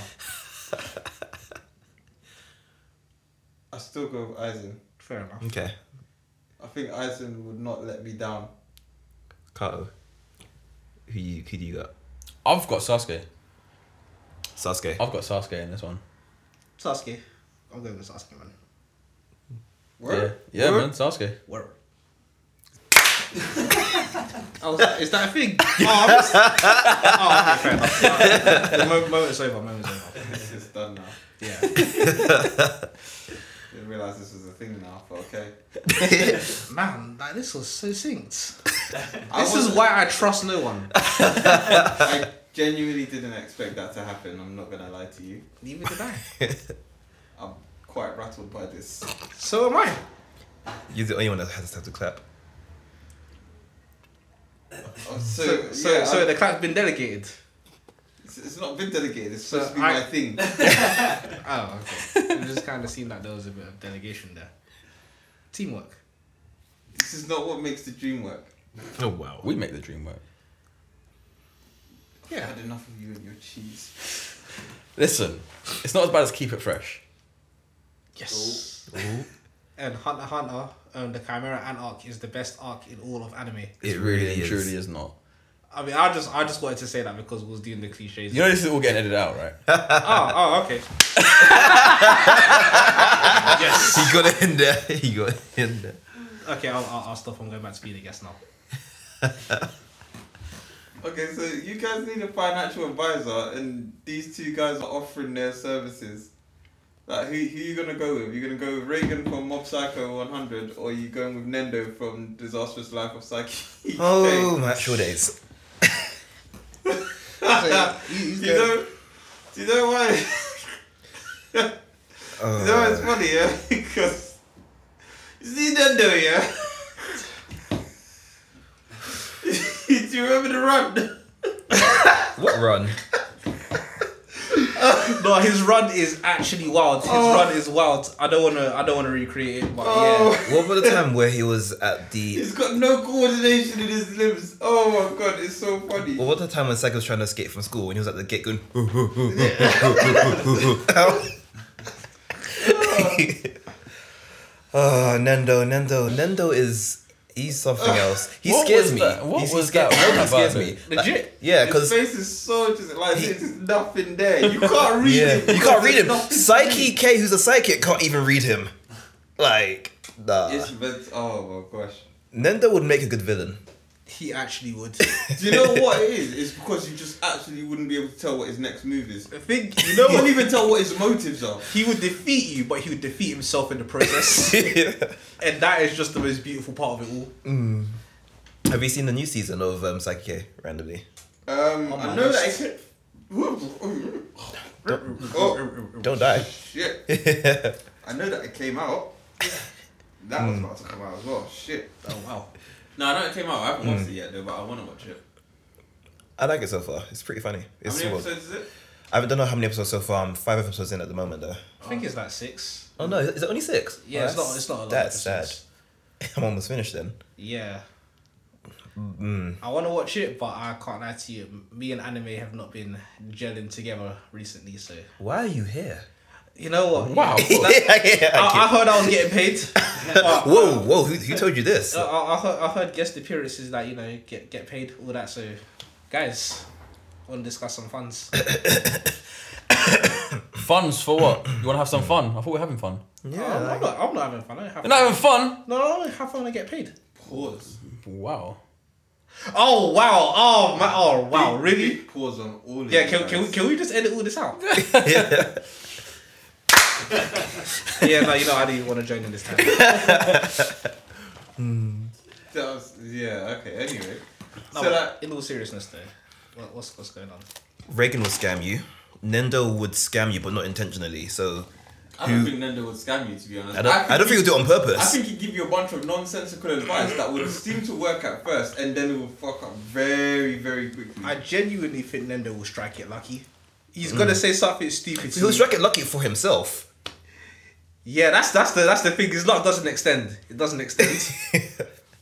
[SPEAKER 3] I still go with Aizen.
[SPEAKER 4] Fair enough.
[SPEAKER 2] Okay,
[SPEAKER 3] I think Aizen would not let me down.
[SPEAKER 2] Kato. Who you? Who do you got?
[SPEAKER 1] I've got Sasuke.
[SPEAKER 2] Sasuke.
[SPEAKER 1] I've got Sasuke in this one.
[SPEAKER 4] Sasuke, I'm going with Sasuke, man.
[SPEAKER 3] Word?
[SPEAKER 1] Yeah, yeah
[SPEAKER 4] Word?
[SPEAKER 1] man, Sasuke.
[SPEAKER 4] Word. I was like, is that a thing? Oh, I'm just- oh okay, fair enough. No, the mo- moment's over. Moment's over.
[SPEAKER 3] This is done now.
[SPEAKER 4] Yeah.
[SPEAKER 3] Didn't realize this was a thing now, but okay.
[SPEAKER 4] Man, like, this was so synced.
[SPEAKER 3] I
[SPEAKER 4] This is
[SPEAKER 3] wasn't-
[SPEAKER 4] why I trust no one.
[SPEAKER 3] I genuinely didn't expect that to happen. I'm not gonna lie to you.
[SPEAKER 4] Neither did I.
[SPEAKER 3] I'm quite rattled by this.
[SPEAKER 4] So am I.
[SPEAKER 2] You're the only one that has to clap.
[SPEAKER 3] Oh, so,
[SPEAKER 4] So, so,
[SPEAKER 3] yeah,
[SPEAKER 4] so
[SPEAKER 3] I-
[SPEAKER 4] the clap's been delegated.
[SPEAKER 3] it's, it's not been delegated. It's
[SPEAKER 4] So
[SPEAKER 3] supposed to be
[SPEAKER 4] I-
[SPEAKER 3] my thing.
[SPEAKER 4] Oh, okay. It just kind of seemed like there was a bit of delegation there. Teamwork.
[SPEAKER 3] This is not what makes the dream work.
[SPEAKER 2] Oh wow.
[SPEAKER 1] We make the dream work.
[SPEAKER 3] I
[SPEAKER 4] Yeah.
[SPEAKER 3] had enough of you and your cheese.
[SPEAKER 1] Listen, it's not as bad as keep it fresh.
[SPEAKER 4] Yes. And Hunter x Hunter, um, the Chimera Ant arc is the best arc in all of anime.
[SPEAKER 2] It
[SPEAKER 1] It's
[SPEAKER 2] really,
[SPEAKER 1] and
[SPEAKER 2] is.
[SPEAKER 1] truly is not.
[SPEAKER 4] I mean, I just I just wanted to say that because we was doing the cliches.
[SPEAKER 1] You know this is all getting edited out, right?
[SPEAKER 4] oh, oh, okay. yes.
[SPEAKER 2] He got it in there. He got it in there.
[SPEAKER 4] Okay, I'll, I'll, I'll stop. I'm going back to being a guest now.
[SPEAKER 3] Okay, so you guys need a financial advisor, and these two guys are offering their services. Like, who, who you gonna go with? You gonna go with Reagan from Mob Psycho 100, or you going with Nendo from Disastrous Life of Psyche?
[SPEAKER 2] Oh, my actual days.
[SPEAKER 4] So, he- he's
[SPEAKER 3] you
[SPEAKER 4] going-
[SPEAKER 3] know, do you know why?
[SPEAKER 2] Oh.
[SPEAKER 3] you know why it's funny, yeah? because you see Nendo, yeah. do you remember the run?
[SPEAKER 2] What run?
[SPEAKER 4] no, his run is actually wild. His
[SPEAKER 3] Oh.
[SPEAKER 4] run is wild. I don't wanna I don't wanna recreate it, but yeah.
[SPEAKER 3] Oh.
[SPEAKER 2] What about the time where he was at the?
[SPEAKER 3] He's got no coordination in his limbs. Oh my god, it's so funny.
[SPEAKER 2] What about the time when Psycho was trying to escape from school and he was at the gate going? oh, Nendo, Nendo, Nendo is. He's something else. He
[SPEAKER 1] What
[SPEAKER 2] scares
[SPEAKER 1] was
[SPEAKER 2] me.
[SPEAKER 1] that? What
[SPEAKER 2] He's- he
[SPEAKER 1] was
[SPEAKER 2] scares-
[SPEAKER 1] that? What
[SPEAKER 2] He scares
[SPEAKER 1] about
[SPEAKER 2] me.
[SPEAKER 1] it?
[SPEAKER 2] Like,
[SPEAKER 4] Legit.
[SPEAKER 2] yeah,
[SPEAKER 3] His
[SPEAKER 2] because
[SPEAKER 3] face is so just like
[SPEAKER 2] He-
[SPEAKER 3] there's just nothing there. You can't read
[SPEAKER 2] yeah.
[SPEAKER 3] him.
[SPEAKER 2] you can't read him.
[SPEAKER 3] Nothing.
[SPEAKER 2] Psyche K, who's a psychic, can't even read him. Like, nah.
[SPEAKER 3] It's meant- oh my gosh.
[SPEAKER 2] Nendo would make a good villain.
[SPEAKER 4] He actually would.
[SPEAKER 3] Do you know what it is? It's because you just actually wouldn't be able to tell what his next move is.
[SPEAKER 4] I think you
[SPEAKER 3] No
[SPEAKER 4] know
[SPEAKER 3] one
[SPEAKER 4] what
[SPEAKER 3] even tell what his motives are.
[SPEAKER 4] he would defeat you, but he would defeat himself in the process. and that is just the most beautiful part of it all.
[SPEAKER 2] Have you seen the new season of um, Psyche K randomly?
[SPEAKER 3] Um,
[SPEAKER 4] Oh my
[SPEAKER 3] I know that
[SPEAKER 4] gosh.
[SPEAKER 3] it could.
[SPEAKER 2] Don't die.
[SPEAKER 3] Shit. I know that it came out. That was about to come out as well. Shit. Oh wow. No, I know it came out. I haven't watched it yet though, but I want to watch it.
[SPEAKER 2] I like it so far. It's pretty funny.
[SPEAKER 3] How
[SPEAKER 2] It's
[SPEAKER 3] many
[SPEAKER 2] well-
[SPEAKER 3] episodes is it?
[SPEAKER 2] I don't know how many episodes so far. I'm five episodes in at the moment though.
[SPEAKER 4] I think it's like six.
[SPEAKER 2] Oh no, is it only six?
[SPEAKER 4] Yeah,
[SPEAKER 2] Oh,
[SPEAKER 4] it's not.
[SPEAKER 2] that's-
[SPEAKER 4] It's not a lot.
[SPEAKER 2] That's
[SPEAKER 4] of
[SPEAKER 2] sad.
[SPEAKER 4] episodes.
[SPEAKER 2] I'm almost finished then.
[SPEAKER 4] Yeah,
[SPEAKER 2] Mm.
[SPEAKER 4] I want to watch it, but I can't lie to you. Me and anime have not been gelling together recently, so
[SPEAKER 2] Why are you here?
[SPEAKER 4] you know what?
[SPEAKER 1] Wow.
[SPEAKER 4] That-
[SPEAKER 2] yeah, yeah, I get-
[SPEAKER 4] I, I heard I was getting paid. but,
[SPEAKER 2] whoa, whoa! Who, who told you this?
[SPEAKER 4] I, I, I heard, I heard guest appearances that you know get get paid all that. So, guys, want to discuss some funds?
[SPEAKER 1] Funds for what? You want to have some fun? I thought we were having fun.
[SPEAKER 4] I'm, I'm not. I'm not having fun. I don't have.
[SPEAKER 1] You're not having fun?
[SPEAKER 4] No, no, no, have fun when I get paid.
[SPEAKER 3] Pause.
[SPEAKER 1] Wow.
[SPEAKER 4] Oh wow! Oh my! Oh wow! Really?
[SPEAKER 3] Big Pause on all. of
[SPEAKER 4] Yeah.
[SPEAKER 3] you
[SPEAKER 4] Can, can we
[SPEAKER 3] guys.
[SPEAKER 4] can we just edit all this out?
[SPEAKER 2] yeah.
[SPEAKER 4] yeah. No, you know I didn't want to join in this time.
[SPEAKER 3] That was, yeah. Okay. Anyway.
[SPEAKER 4] No,
[SPEAKER 3] so
[SPEAKER 4] but
[SPEAKER 3] like,
[SPEAKER 4] in all seriousness, though, what, what's what's going on?
[SPEAKER 2] Reagan will scam you. Nendo would scam you, but not intentionally. So
[SPEAKER 3] I don't
[SPEAKER 2] Who-
[SPEAKER 3] think Nendo would scam you to be honest.
[SPEAKER 2] I don't. I, don't think he'll do it on purpose.
[SPEAKER 3] I think he'd give you a bunch of nonsensical advice that would seem to work at first, and then it will fuck up very, very quickly.
[SPEAKER 4] I genuinely think Nendo will strike it lucky. He's gonna say something stupid. to
[SPEAKER 2] he'll
[SPEAKER 4] me.
[SPEAKER 2] strike it lucky for himself.
[SPEAKER 4] Yeah, that's that's the that's the thing. His luck doesn't extend. It doesn't extend.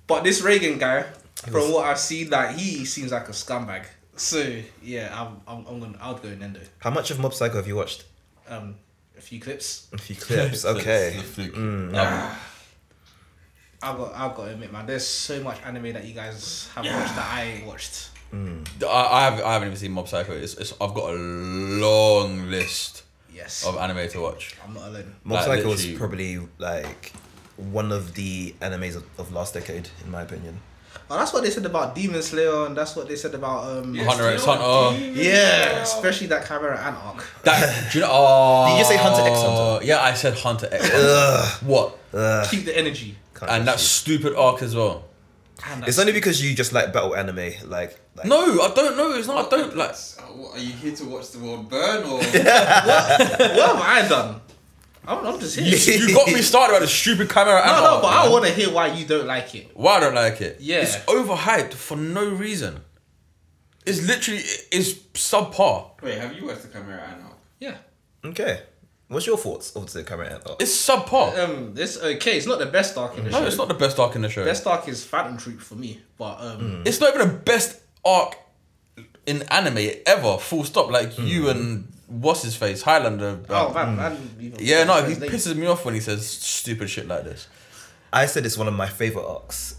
[SPEAKER 4] but this Reagan guy, from what I've seen, like he seems like a scumbag. So yeah, I'm I'm, I'm gonna I'll go Nendo.
[SPEAKER 2] How much of Mob Psycho have you watched?
[SPEAKER 4] Um, a few clips.
[SPEAKER 2] A few clips. Okay. Mm, um,
[SPEAKER 4] I got I got to admit, man, there's so much anime that you guys have watched that I ain't watched.
[SPEAKER 1] I, I, have, I haven't even seen Mob Psycho. It's, it's, I've got a long list
[SPEAKER 4] Yes,
[SPEAKER 1] of anime to watch.
[SPEAKER 4] I'm not alone.
[SPEAKER 2] Mob
[SPEAKER 1] Like,
[SPEAKER 2] Psycho was
[SPEAKER 1] literally-
[SPEAKER 2] probably like one of the animes of, of last decade, in my opinion.
[SPEAKER 4] Oh, that's what they said about Demon Slayer, and that's what they said about um. Yeah,
[SPEAKER 1] Hunter x Hunter.
[SPEAKER 4] especially that Chimera Ant arc.
[SPEAKER 1] That, do you know? Oh,
[SPEAKER 2] Did you say Hunter x Hunter?
[SPEAKER 1] Yeah, I said Hunter X. Hunter. what?
[SPEAKER 4] Keep the energy.
[SPEAKER 2] Can't
[SPEAKER 1] And that
[SPEAKER 2] actually-
[SPEAKER 1] stupid arc as well.
[SPEAKER 4] And
[SPEAKER 2] It's
[SPEAKER 4] that's,
[SPEAKER 2] only because you just like battle anime, like, like
[SPEAKER 1] No, I don't know. It's not. I don't like.
[SPEAKER 3] So, what, are you here to watch the world burn or?
[SPEAKER 4] what have I done? I'm, I'm just here.
[SPEAKER 1] You got me started with a stupid camera.
[SPEAKER 4] No, no, but
[SPEAKER 1] Oh,
[SPEAKER 4] I want to hear why you don't like it.
[SPEAKER 1] Why I don't like it?
[SPEAKER 4] Yeah.
[SPEAKER 1] It's overhyped for no reason. It's literally it's subpar.
[SPEAKER 3] Wait, have you watched the camera right now?
[SPEAKER 4] Yeah.
[SPEAKER 2] Okay. What's your thoughts of the camera? Oh,
[SPEAKER 1] It's subpar.
[SPEAKER 4] Um, it's okay. It's not the best arc in the
[SPEAKER 1] no,
[SPEAKER 4] show.
[SPEAKER 1] it's not the best arc in the show.
[SPEAKER 4] Best arc is Phantom Troop for me, but um,
[SPEAKER 1] It's not even the best arc in anime ever. Full stop. Like you and what's his face Highlander.
[SPEAKER 4] Hmm. oh
[SPEAKER 1] um,
[SPEAKER 4] man, man even-
[SPEAKER 1] yeah, no, he
[SPEAKER 4] they-
[SPEAKER 1] pisses me off when he says stupid shit like this.
[SPEAKER 2] I said it's one of my favorite arcs.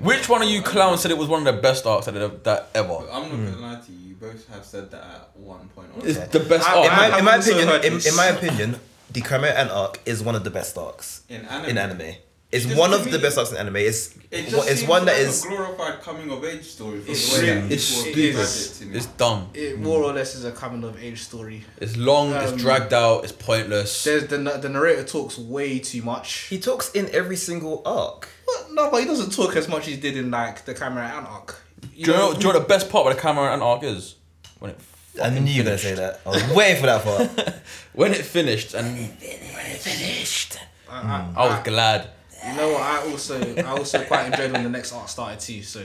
[SPEAKER 1] Which one of you clowns said it was one of the best arcs that, that ever?
[SPEAKER 3] I'm not
[SPEAKER 2] Hmm.
[SPEAKER 3] gonna lie to you. You both have said that at one point. Or
[SPEAKER 1] It's
[SPEAKER 3] another.
[SPEAKER 1] the best
[SPEAKER 4] I-
[SPEAKER 1] arc.
[SPEAKER 2] In my, in my
[SPEAKER 4] I've also
[SPEAKER 2] opinion,
[SPEAKER 4] heard
[SPEAKER 2] in,
[SPEAKER 4] this.
[SPEAKER 2] in my opinion, the Chimera Ant arc is one of the best arcs
[SPEAKER 3] in anime.
[SPEAKER 2] in anime. It's
[SPEAKER 3] Just
[SPEAKER 2] one
[SPEAKER 3] to
[SPEAKER 2] of
[SPEAKER 3] me,
[SPEAKER 2] the best arcs in anime. It's
[SPEAKER 3] It just
[SPEAKER 2] it's
[SPEAKER 3] seems
[SPEAKER 2] one that
[SPEAKER 3] like
[SPEAKER 2] is
[SPEAKER 3] a glorified coming of age story. For
[SPEAKER 4] It's
[SPEAKER 3] the way
[SPEAKER 4] really-
[SPEAKER 3] that
[SPEAKER 1] it's
[SPEAKER 3] people
[SPEAKER 4] stupid.
[SPEAKER 3] present it to me.
[SPEAKER 1] It's dumb.
[SPEAKER 4] It more or less is a coming of age story.
[SPEAKER 1] It's long.
[SPEAKER 4] Um,
[SPEAKER 1] it's dragged out. It's pointless.
[SPEAKER 4] There's the na- the narrator talks way too much.
[SPEAKER 2] he talks in every single arc.
[SPEAKER 4] What? No, but he doesn't talk as much as he did in like the Chimera Ant arc.
[SPEAKER 1] Do you, know, do you know what the best part about the camera and arc is? When it
[SPEAKER 2] I
[SPEAKER 1] fucking
[SPEAKER 2] knew you were gonna
[SPEAKER 1] finished.
[SPEAKER 2] say that. I was waiting for that part.
[SPEAKER 1] When it finished and when it finished.
[SPEAKER 4] I, I,
[SPEAKER 1] I was
[SPEAKER 4] I-
[SPEAKER 1] glad.
[SPEAKER 4] you know what? I also I also quite enjoyed when the next arc started too. So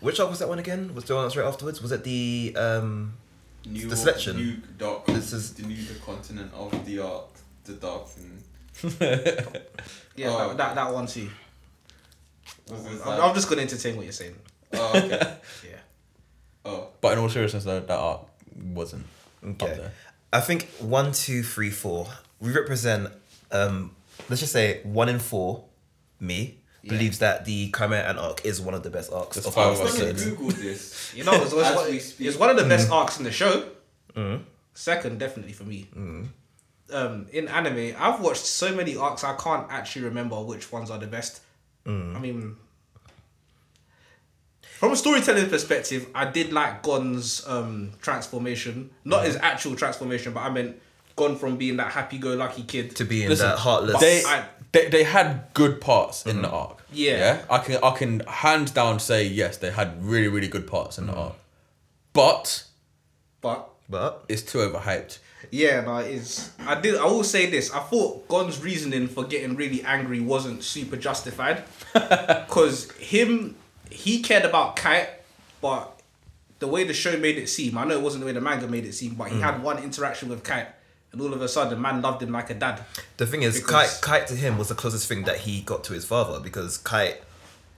[SPEAKER 2] Which arc was that one again? Was the one that's right afterwards? Was it the um?
[SPEAKER 3] new,
[SPEAKER 2] the selection.
[SPEAKER 3] New dark.
[SPEAKER 2] This is-
[SPEAKER 3] the new the continent of the art. The dark. And,
[SPEAKER 4] yeah,
[SPEAKER 3] Oh.
[SPEAKER 4] that, that that one too.
[SPEAKER 3] was this
[SPEAKER 4] I'm, I'm just gonna entertain what you're saying.
[SPEAKER 3] oh, okay.
[SPEAKER 4] Yeah.
[SPEAKER 3] Oh,
[SPEAKER 1] But in all seriousness, though, that arc wasn't up
[SPEAKER 2] Okay.
[SPEAKER 1] there.
[SPEAKER 2] I think one, two, three, four. We represent, um, let's just say one in four, me, believes that the Chimera Ant arc is one of the best arcs
[SPEAKER 1] That's
[SPEAKER 2] of
[SPEAKER 1] five
[SPEAKER 2] our
[SPEAKER 1] of us
[SPEAKER 3] fucking
[SPEAKER 1] Episodes.
[SPEAKER 2] decade.
[SPEAKER 3] Google this.
[SPEAKER 4] You know, it's
[SPEAKER 3] As
[SPEAKER 4] one,
[SPEAKER 3] we
[SPEAKER 4] it's
[SPEAKER 3] speak.
[SPEAKER 4] one of
[SPEAKER 2] Mm.
[SPEAKER 4] the best arcs in the show. Second, definitely for me.
[SPEAKER 2] Mm.
[SPEAKER 4] Um, in anime, I've watched so many arcs I can't actually remember which ones are the best.
[SPEAKER 2] Mm.
[SPEAKER 4] I mean, from a storytelling perspective, I did like Gon's um, transformation,
[SPEAKER 2] Mm.
[SPEAKER 4] not his actual transformation, but I meant Gon from being that happy-go-lucky kid
[SPEAKER 2] To be in
[SPEAKER 1] Listen,
[SPEAKER 2] that heartless. Mm-hmm.
[SPEAKER 1] They,
[SPEAKER 4] I-
[SPEAKER 1] they they had good parts in the arc.
[SPEAKER 4] Yeah.
[SPEAKER 1] I can I can hands down say yes, they had really
[SPEAKER 2] Mm-hmm.
[SPEAKER 1] really good parts in the arc. But
[SPEAKER 4] But
[SPEAKER 2] but
[SPEAKER 1] it's too overhyped.
[SPEAKER 4] Yeah, no, it is. I did. I will say this. I thought Gon's reasoning for getting really angry wasn't super justified, because him, he cared about Kite, but the way the show made it seem, I know it wasn't the way the manga made it seem, but he
[SPEAKER 2] Mm.
[SPEAKER 4] had one interaction with Kite, and all of a sudden, man loved him like a dad.
[SPEAKER 2] The thing is,
[SPEAKER 4] Because-
[SPEAKER 2] kite, kite to him was the closest thing that he got to his father because kite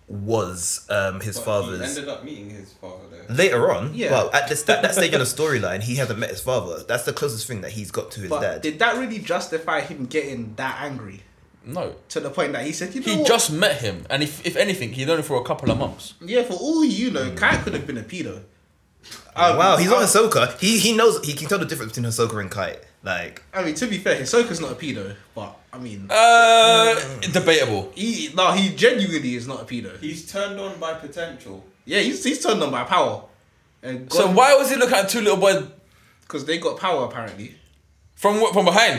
[SPEAKER 2] was um, his
[SPEAKER 3] But he
[SPEAKER 2] father's. Mm.
[SPEAKER 3] ended up meeting his father there.
[SPEAKER 2] Later on,
[SPEAKER 4] Yeah.
[SPEAKER 2] yeah. well, at this, that, that stage in the storyline, he hasn't met his father. That's the closest thing that he's got to his
[SPEAKER 4] But
[SPEAKER 2] dad.
[SPEAKER 4] did that really justify him getting that angry
[SPEAKER 1] No.
[SPEAKER 4] to the point that he said, "You know
[SPEAKER 1] He
[SPEAKER 4] what?
[SPEAKER 1] just met him, and if, if anything, he'd known him for a couple of months.
[SPEAKER 4] yeah." For all you know, Kite could have been a pedo. Um,
[SPEAKER 2] Mm. wow, he's on
[SPEAKER 4] I-
[SPEAKER 2] Ahsoka. He he knows he can tell the difference between Ahsoka and Kite. Like
[SPEAKER 4] I mean, to be fair, Hisoka's not a pedo, but I mean,
[SPEAKER 1] Uh,
[SPEAKER 2] Mm.
[SPEAKER 1] debatable.
[SPEAKER 4] he no, he genuinely is not a pedo.
[SPEAKER 3] He's turned on by potential.
[SPEAKER 4] yeah, he's, he's turned on by power, and
[SPEAKER 1] So why was he looking at two little boys
[SPEAKER 4] because they got power apparently.
[SPEAKER 1] from wh- from behind?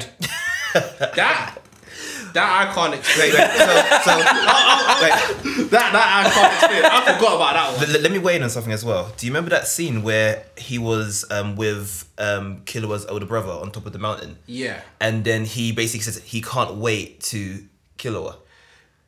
[SPEAKER 4] That that I can't explain.
[SPEAKER 2] wait, wait, so, so wait,
[SPEAKER 4] that that I can't explain. I forgot about that one.
[SPEAKER 2] L- l- let me weigh in on something as well. Do you remember that scene where he was um, with um, Killua's older brother on top of the mountain?
[SPEAKER 4] Yeah,
[SPEAKER 2] And then he basically says he can't wait to Killua.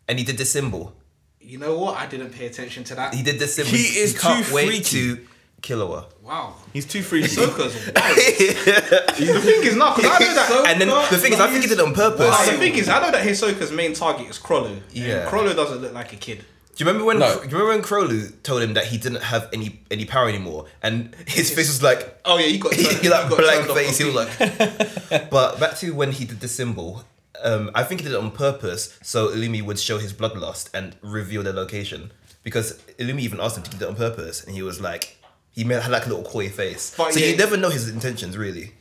[SPEAKER 2] And he did the symbol.
[SPEAKER 4] you know what? I didn't pay attention to that.
[SPEAKER 2] He did the symbol.
[SPEAKER 1] He is
[SPEAKER 2] can't
[SPEAKER 1] too
[SPEAKER 2] wait to Killua.
[SPEAKER 4] Wow,
[SPEAKER 1] He's too free.
[SPEAKER 4] Hisoka's wild. the thing is, no, because I know that.
[SPEAKER 2] and then the thing is, I think he did it on purpose.
[SPEAKER 4] Nah, the thing is, I know that Hisoka's main target is Krollo.
[SPEAKER 2] Yeah.
[SPEAKER 4] and Krollo doesn't look like a kid.
[SPEAKER 2] Do you remember when?
[SPEAKER 1] No.
[SPEAKER 2] Do you remember when Crowlu told him that he didn't have any any power anymore, and his face was like
[SPEAKER 4] Oh yeah, he got
[SPEAKER 2] he,
[SPEAKER 4] turned-
[SPEAKER 2] he like
[SPEAKER 4] got
[SPEAKER 2] blank
[SPEAKER 4] turned off
[SPEAKER 2] face. He was like. but back to when he did the symbol. Um, I think he did it on purpose so Illumi would show his bloodlust and reveal their location because Illumi even asked him to do it on purpose, and he was like, he made, had like a little coy face.
[SPEAKER 4] But
[SPEAKER 2] so
[SPEAKER 4] yeah.
[SPEAKER 2] you never know his intentions really.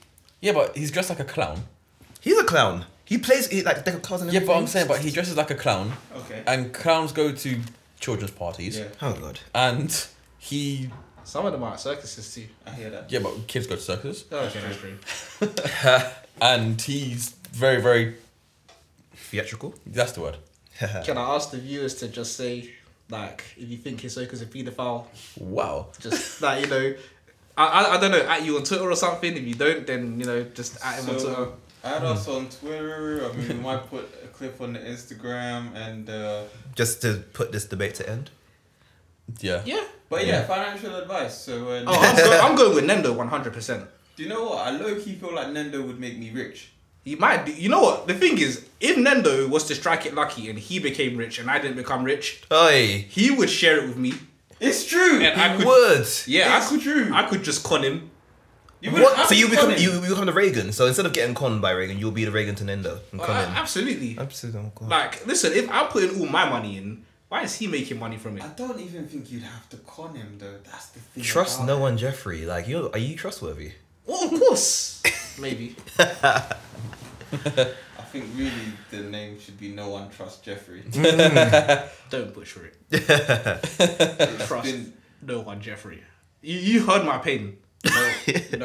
[SPEAKER 1] Yeah, but he's dressed like a clown.
[SPEAKER 2] He's a clown. He plays he, like deck of cards and
[SPEAKER 1] Yeah, but I'm
[SPEAKER 2] everything.
[SPEAKER 1] saying, but he dresses like a clown,
[SPEAKER 3] Okay.
[SPEAKER 1] and clowns go to children's parties,
[SPEAKER 3] yeah,
[SPEAKER 2] Oh god.
[SPEAKER 1] and he
[SPEAKER 4] Some of them are at circuses too.
[SPEAKER 3] I hear that.
[SPEAKER 1] yeah, but kids go to circuses,
[SPEAKER 4] That was very true.
[SPEAKER 1] and he's very very
[SPEAKER 2] Theatrical.
[SPEAKER 1] that's the word.
[SPEAKER 4] Can I ask the viewers to just say, like, if you think Hisoka's a paedophile,
[SPEAKER 1] Wow.
[SPEAKER 4] just like you know, I, I I don't know, at you on Twitter or something. If you don't, then you know, just at him on Twitter.
[SPEAKER 3] So, uh, add
[SPEAKER 2] Hmm.
[SPEAKER 3] us on Twitter. I mean, we might put a clip on the Instagram and. Uh,
[SPEAKER 2] Just to put this debate to end.
[SPEAKER 1] Yeah.
[SPEAKER 4] Yeah.
[SPEAKER 3] but yeah, financial advice. So, uh,
[SPEAKER 4] Oh, I'm, go- I'm going with Nendo 100. percent
[SPEAKER 3] do you know what? I low key feel like Nendo would make me rich.
[SPEAKER 4] He might. Do- you know what? The thing is, if Nendo was to strike it lucky and he became rich and I didn't become rich,
[SPEAKER 2] Oi.
[SPEAKER 4] he would share it with me.
[SPEAKER 3] It's true.
[SPEAKER 4] And I could.
[SPEAKER 2] Word.
[SPEAKER 4] Yeah, I
[SPEAKER 3] It's
[SPEAKER 4] could.
[SPEAKER 3] true.
[SPEAKER 4] I could just con him.
[SPEAKER 3] You wouldn't
[SPEAKER 2] What?
[SPEAKER 3] have
[SPEAKER 2] So
[SPEAKER 3] to
[SPEAKER 2] you
[SPEAKER 3] con
[SPEAKER 2] become
[SPEAKER 3] him.
[SPEAKER 2] you, you become the Reagan. So instead of getting conned by Reagan, you'll be the Reagan to Nendo and
[SPEAKER 4] Uh,
[SPEAKER 2] con him.
[SPEAKER 4] absolutely.
[SPEAKER 2] Absolutely. oh God.
[SPEAKER 4] Like, listen, if I'm putting all my money in, why is he making money from it?
[SPEAKER 3] I don't even think you'd have to con him though. That's the thing.
[SPEAKER 2] Trust
[SPEAKER 3] about
[SPEAKER 2] no
[SPEAKER 3] it.
[SPEAKER 2] one, Jeffrey. Like you, are you trustworthy?
[SPEAKER 4] Well, of course. Maybe.
[SPEAKER 3] I think really the name should be No One Trust Jeffrey.
[SPEAKER 4] Don't butcher it.
[SPEAKER 3] It's
[SPEAKER 4] Trust
[SPEAKER 3] been
[SPEAKER 4] no one, Jeffrey. You, you heard my pain.
[SPEAKER 3] no,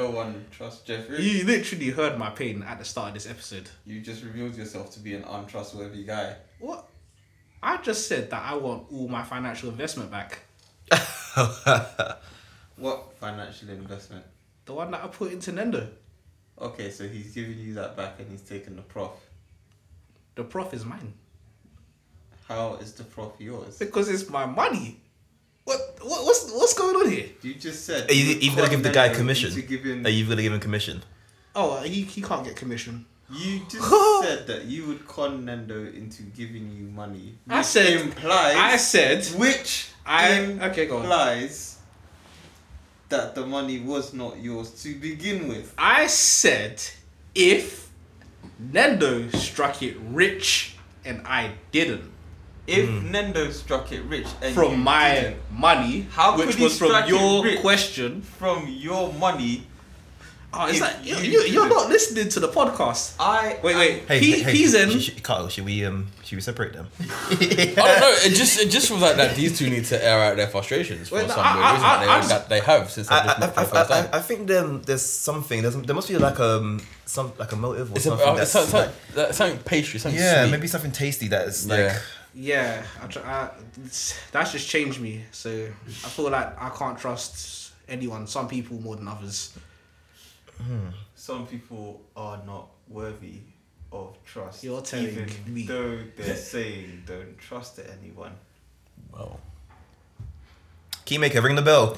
[SPEAKER 3] no one trust Jeffrey.
[SPEAKER 4] You literally heard my pain at the start of this episode.
[SPEAKER 3] You just revealed yourself to be an untrustworthy guy.
[SPEAKER 4] What? I just said that I want all my financial investment back.
[SPEAKER 3] What financial investment?
[SPEAKER 4] The one that I put into Nendo.
[SPEAKER 3] Okay, so he's giving you that back and he's taking the prof.
[SPEAKER 4] The prof is mine.
[SPEAKER 3] How is the prof yours?
[SPEAKER 4] Because it's my money. What, what what's what's going on here?
[SPEAKER 3] You just said
[SPEAKER 2] Are you even gonna give the guy commission?
[SPEAKER 3] You, give him-
[SPEAKER 2] Are you gonna give him commission?
[SPEAKER 4] Oh, he, he can't get commission.
[SPEAKER 3] you just said that you would con Nando into giving you money.
[SPEAKER 4] I
[SPEAKER 3] which
[SPEAKER 4] said-
[SPEAKER 3] implies
[SPEAKER 4] I said
[SPEAKER 3] which
[SPEAKER 4] I-
[SPEAKER 3] implies
[SPEAKER 4] okay, go on.
[SPEAKER 3] that the money was not yours to begin with.
[SPEAKER 4] I said if Nendo struck it rich and I didn't.
[SPEAKER 3] If
[SPEAKER 2] Hmm.
[SPEAKER 3] Nendo struck it rich and you
[SPEAKER 4] from my
[SPEAKER 3] didn't,
[SPEAKER 4] money,
[SPEAKER 3] How
[SPEAKER 4] which
[SPEAKER 3] could he
[SPEAKER 4] was from
[SPEAKER 3] strike it
[SPEAKER 4] your
[SPEAKER 3] rich?
[SPEAKER 4] question.
[SPEAKER 3] from your money,
[SPEAKER 4] Oh, it's
[SPEAKER 3] If
[SPEAKER 4] like you,
[SPEAKER 3] you
[SPEAKER 4] you,
[SPEAKER 3] did
[SPEAKER 4] you're
[SPEAKER 3] it.
[SPEAKER 4] not listening to the podcast.
[SPEAKER 3] I
[SPEAKER 4] Wait, wait.
[SPEAKER 2] Hey,
[SPEAKER 4] P-
[SPEAKER 2] hey,
[SPEAKER 4] P's in.
[SPEAKER 2] sh- sh- Carl, should we um, should we separate them?
[SPEAKER 1] I don't know. Oh, It just it just feels like that these two need to air out their frustrations for
[SPEAKER 4] Well,
[SPEAKER 1] some
[SPEAKER 4] I-
[SPEAKER 1] weird
[SPEAKER 4] I-
[SPEAKER 1] reason
[SPEAKER 4] I-
[SPEAKER 1] that,
[SPEAKER 4] I
[SPEAKER 1] they,
[SPEAKER 4] just-
[SPEAKER 1] that they have since they've
[SPEAKER 2] I,
[SPEAKER 1] just
[SPEAKER 2] I,
[SPEAKER 1] met for the
[SPEAKER 2] I,
[SPEAKER 1] first
[SPEAKER 2] I, I,
[SPEAKER 1] time.
[SPEAKER 2] I think um, there's something. There's, there must be like um, some like a motive or
[SPEAKER 1] It's a,
[SPEAKER 2] something.
[SPEAKER 1] uh, it's
[SPEAKER 2] that's
[SPEAKER 1] some- some-
[SPEAKER 2] like-
[SPEAKER 1] that- something pastry, something
[SPEAKER 2] yeah,
[SPEAKER 1] sweet.
[SPEAKER 2] maybe something tasty that is like.
[SPEAKER 1] Yeah.
[SPEAKER 4] Yeah, I, tr- I, it's- that's just changed me. So I feel like I can't trust anyone. Some people more than others.
[SPEAKER 3] some people are not worthy of trust.
[SPEAKER 4] You're telling
[SPEAKER 3] even
[SPEAKER 4] me.
[SPEAKER 3] though they're saying don't trust anyone.
[SPEAKER 1] Well,
[SPEAKER 2] Keymaker, ring the bell.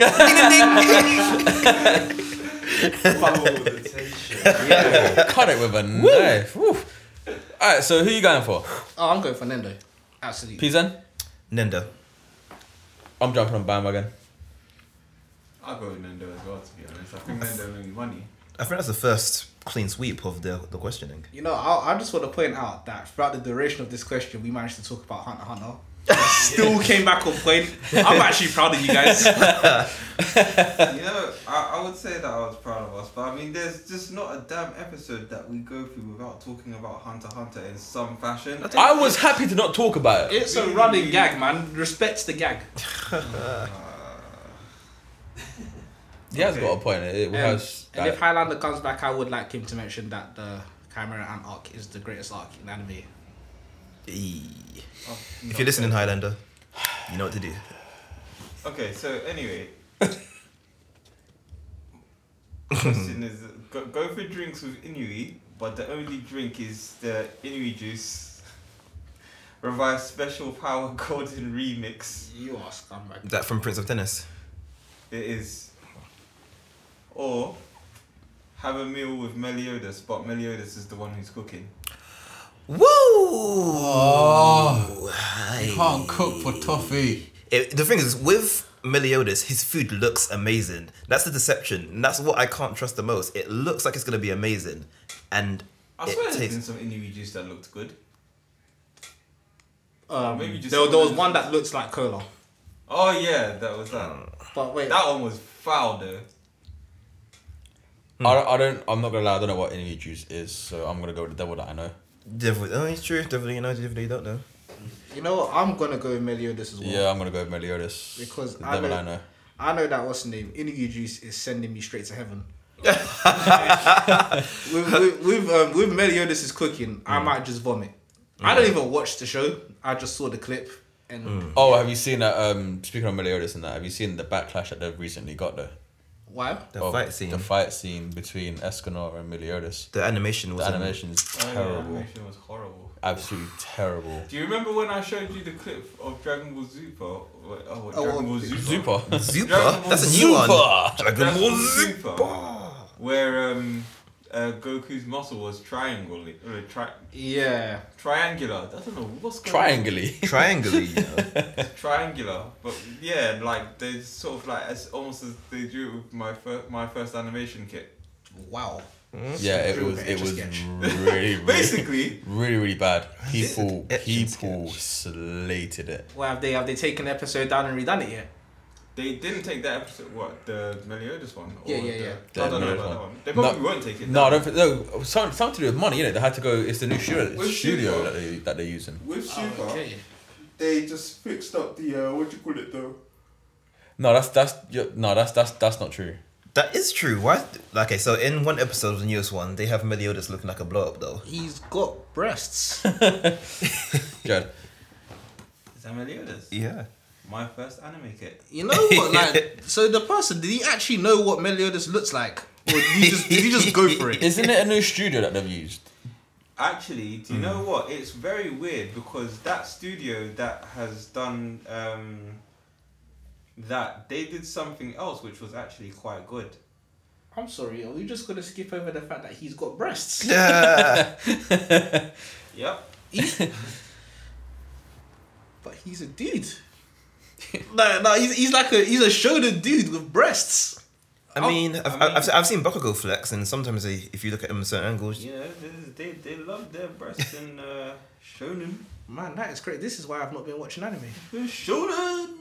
[SPEAKER 5] Oh, the tension.
[SPEAKER 1] cut it with a knife. Woo. All right, so who you going for?
[SPEAKER 4] Oh, I'm going for Nendo. Absolutely.
[SPEAKER 1] Pizen?
[SPEAKER 2] Nenda.
[SPEAKER 1] I'm jumping on bandwagon.
[SPEAKER 3] I'll go with Nando as well, to be honest. I think Nando made me money.
[SPEAKER 2] I think that's the first clean sweep of the, the questioning.
[SPEAKER 4] You know, I, I just want to point out that throughout the duration of this question, we managed to talk about Hunter x Hunter. Still came back on point. I'm actually proud of you guys.
[SPEAKER 3] you know, I, I would say that I was proud of us, but I mean, there's just not a damn episode that we go through without talking about Hunter x Hunter in some fashion.
[SPEAKER 1] I was happy to not talk about it.
[SPEAKER 4] It's a running gag, man. Respects the gag.
[SPEAKER 1] He has
[SPEAKER 3] okay.
[SPEAKER 1] got a point. It, it
[SPEAKER 4] Um,
[SPEAKER 1] has,
[SPEAKER 4] and if
[SPEAKER 1] like,
[SPEAKER 4] Highlander comes back, I would like him to mention that the Chimera Ant arc is the greatest arc in anime.
[SPEAKER 2] Eee.
[SPEAKER 3] Oh,
[SPEAKER 2] If
[SPEAKER 3] no.
[SPEAKER 2] you're listening, Highlander, you know what to do.
[SPEAKER 3] Okay, so anyway. question is go, go for drinks with Inui, but the only drink is the Inui juice. Revive special power golden remix.
[SPEAKER 4] You are scumbag.
[SPEAKER 2] That from Prince of Tennis.
[SPEAKER 3] It is. Or have a meal with Meliodas, but Meliodas is the one who's cooking.
[SPEAKER 2] Woo!
[SPEAKER 6] You can't cook for toffee.
[SPEAKER 2] It- the thing is, with Meliodas, his food looks amazing. That's the deception. And that's what I can't trust the most. It looks like it's going to be amazing. And
[SPEAKER 3] I
[SPEAKER 2] it
[SPEAKER 3] swear there's been
[SPEAKER 2] tastes.
[SPEAKER 3] some Inui juice that looked good.
[SPEAKER 4] Um,
[SPEAKER 3] Maybe just
[SPEAKER 4] there, there was one that looks like cola.
[SPEAKER 3] Oh yeah, that was that.
[SPEAKER 4] But wait,
[SPEAKER 3] That one was foul though.
[SPEAKER 1] Hmm. I, don't- I don't, I'm not gonna lie, I don't know what any juice is, so I'm gonna go with the devil that I know.
[SPEAKER 2] Devil, oh, it's true. Devil, you know, devil, you don't know.
[SPEAKER 4] you know what? I'm gonna go with Meliodas as well.
[SPEAKER 1] Yeah, I'm gonna go with Meliodas.
[SPEAKER 4] Because
[SPEAKER 1] the
[SPEAKER 4] I
[SPEAKER 1] devil
[SPEAKER 4] know-
[SPEAKER 1] I know.
[SPEAKER 4] I know that what's the name? Inui Juice is sending me straight to heaven. with with with, um, with Meliodas' cooking, I might just vomit. I don't even watch the show. I just saw the clip and
[SPEAKER 1] Oh, have you seen that? Um, speaking of Meliodas and that, have you seen the backlash that they've recently got though?
[SPEAKER 4] why?
[SPEAKER 2] Oh, The
[SPEAKER 1] Of
[SPEAKER 2] fight scene. The,
[SPEAKER 1] The fight scene between Escanor and Meliodas.
[SPEAKER 2] animation
[SPEAKER 1] The
[SPEAKER 2] was. amazing.
[SPEAKER 1] animation is
[SPEAKER 3] Oh,
[SPEAKER 1] terrible.
[SPEAKER 3] animation was horrible.
[SPEAKER 1] Absolutely terrible.
[SPEAKER 3] Do you remember when I showed you the clip of Dragon Ball Super? Oh, wait, oh wait, Dragon Ball Super.
[SPEAKER 1] Super.
[SPEAKER 2] Zupa?
[SPEAKER 3] Dragon
[SPEAKER 2] That's a
[SPEAKER 3] Ball
[SPEAKER 2] new one.
[SPEAKER 1] Zupa!
[SPEAKER 2] Dragon
[SPEAKER 3] Dragon
[SPEAKER 2] Ball
[SPEAKER 3] Ball
[SPEAKER 2] Zupa.
[SPEAKER 3] Super. Where um, uh, Goku's muscle was triangular. Uh, tri-
[SPEAKER 4] Yeah.
[SPEAKER 3] triangular. I don't know what's going on.
[SPEAKER 1] Triangly.
[SPEAKER 2] Triangle, you know.
[SPEAKER 3] triangular, but yeah, like they sort of like as almost as they do with my first my first animation kit.
[SPEAKER 4] Wow.
[SPEAKER 2] Hmm?
[SPEAKER 1] Yeah, it
[SPEAKER 4] Drew
[SPEAKER 1] was. It
[SPEAKER 4] Barrymore
[SPEAKER 1] was
[SPEAKER 4] sketch.
[SPEAKER 1] really, really,
[SPEAKER 3] Basically,
[SPEAKER 1] really, really bad. People,
[SPEAKER 2] Etch and
[SPEAKER 1] people slated it.
[SPEAKER 4] Well, have they have they taken the episode down and redone it yet?
[SPEAKER 3] they didn't take that episode. What the Meliodas one? Or
[SPEAKER 4] Yeah, yeah,
[SPEAKER 3] the-
[SPEAKER 4] yeah.
[SPEAKER 3] I don't know
[SPEAKER 1] Meliodas
[SPEAKER 3] about that
[SPEAKER 1] one.
[SPEAKER 3] one. They probably
[SPEAKER 1] No.
[SPEAKER 3] won't take it.
[SPEAKER 1] No, I
[SPEAKER 3] down.
[SPEAKER 1] don't. Think, no, something, something to do with money, innit? They had to go. It's the new studio,
[SPEAKER 3] With
[SPEAKER 1] studio
[SPEAKER 3] Super.
[SPEAKER 1] that they that they're using.
[SPEAKER 3] With Super,
[SPEAKER 4] Oh, okay.
[SPEAKER 3] they just fixed up the uh, what do you call it though?
[SPEAKER 1] No, that's that's you- no, that's that's that's not true.
[SPEAKER 2] That is true. Why? Okay, so in one episode of the newest one, they have Meliodas looking like a blow up though.
[SPEAKER 4] He's got breasts.
[SPEAKER 1] Jed,
[SPEAKER 3] Is that Meliodas?
[SPEAKER 2] Yeah.
[SPEAKER 3] My first anime kit.
[SPEAKER 4] You know what? Like, so the person did he actually know what Meliodas looks like, or did he just, did he just go for it?
[SPEAKER 1] isn't it a new studio that they've used?
[SPEAKER 3] Actually, do you
[SPEAKER 1] Mm.
[SPEAKER 3] know what? It's very weird because that studio that has done um, that they did something else which was actually quite good.
[SPEAKER 4] I'm sorry. Are we just gonna skip over the fact that he's got breasts?
[SPEAKER 2] Yeah.
[SPEAKER 3] Yep.
[SPEAKER 4] But he's a dude. no, no, he's, he's like a he's a shoulder dude with breasts.
[SPEAKER 2] I mean, I've,
[SPEAKER 3] Oh, I mean-
[SPEAKER 2] I've, I've seen Bakugo flex, and sometimes they, if you look at him in certain angles,
[SPEAKER 3] Yeah, they, they love their breasts in uh, shonen.
[SPEAKER 4] Man, that is great. This is why I've not been watching anime.
[SPEAKER 3] Shonen!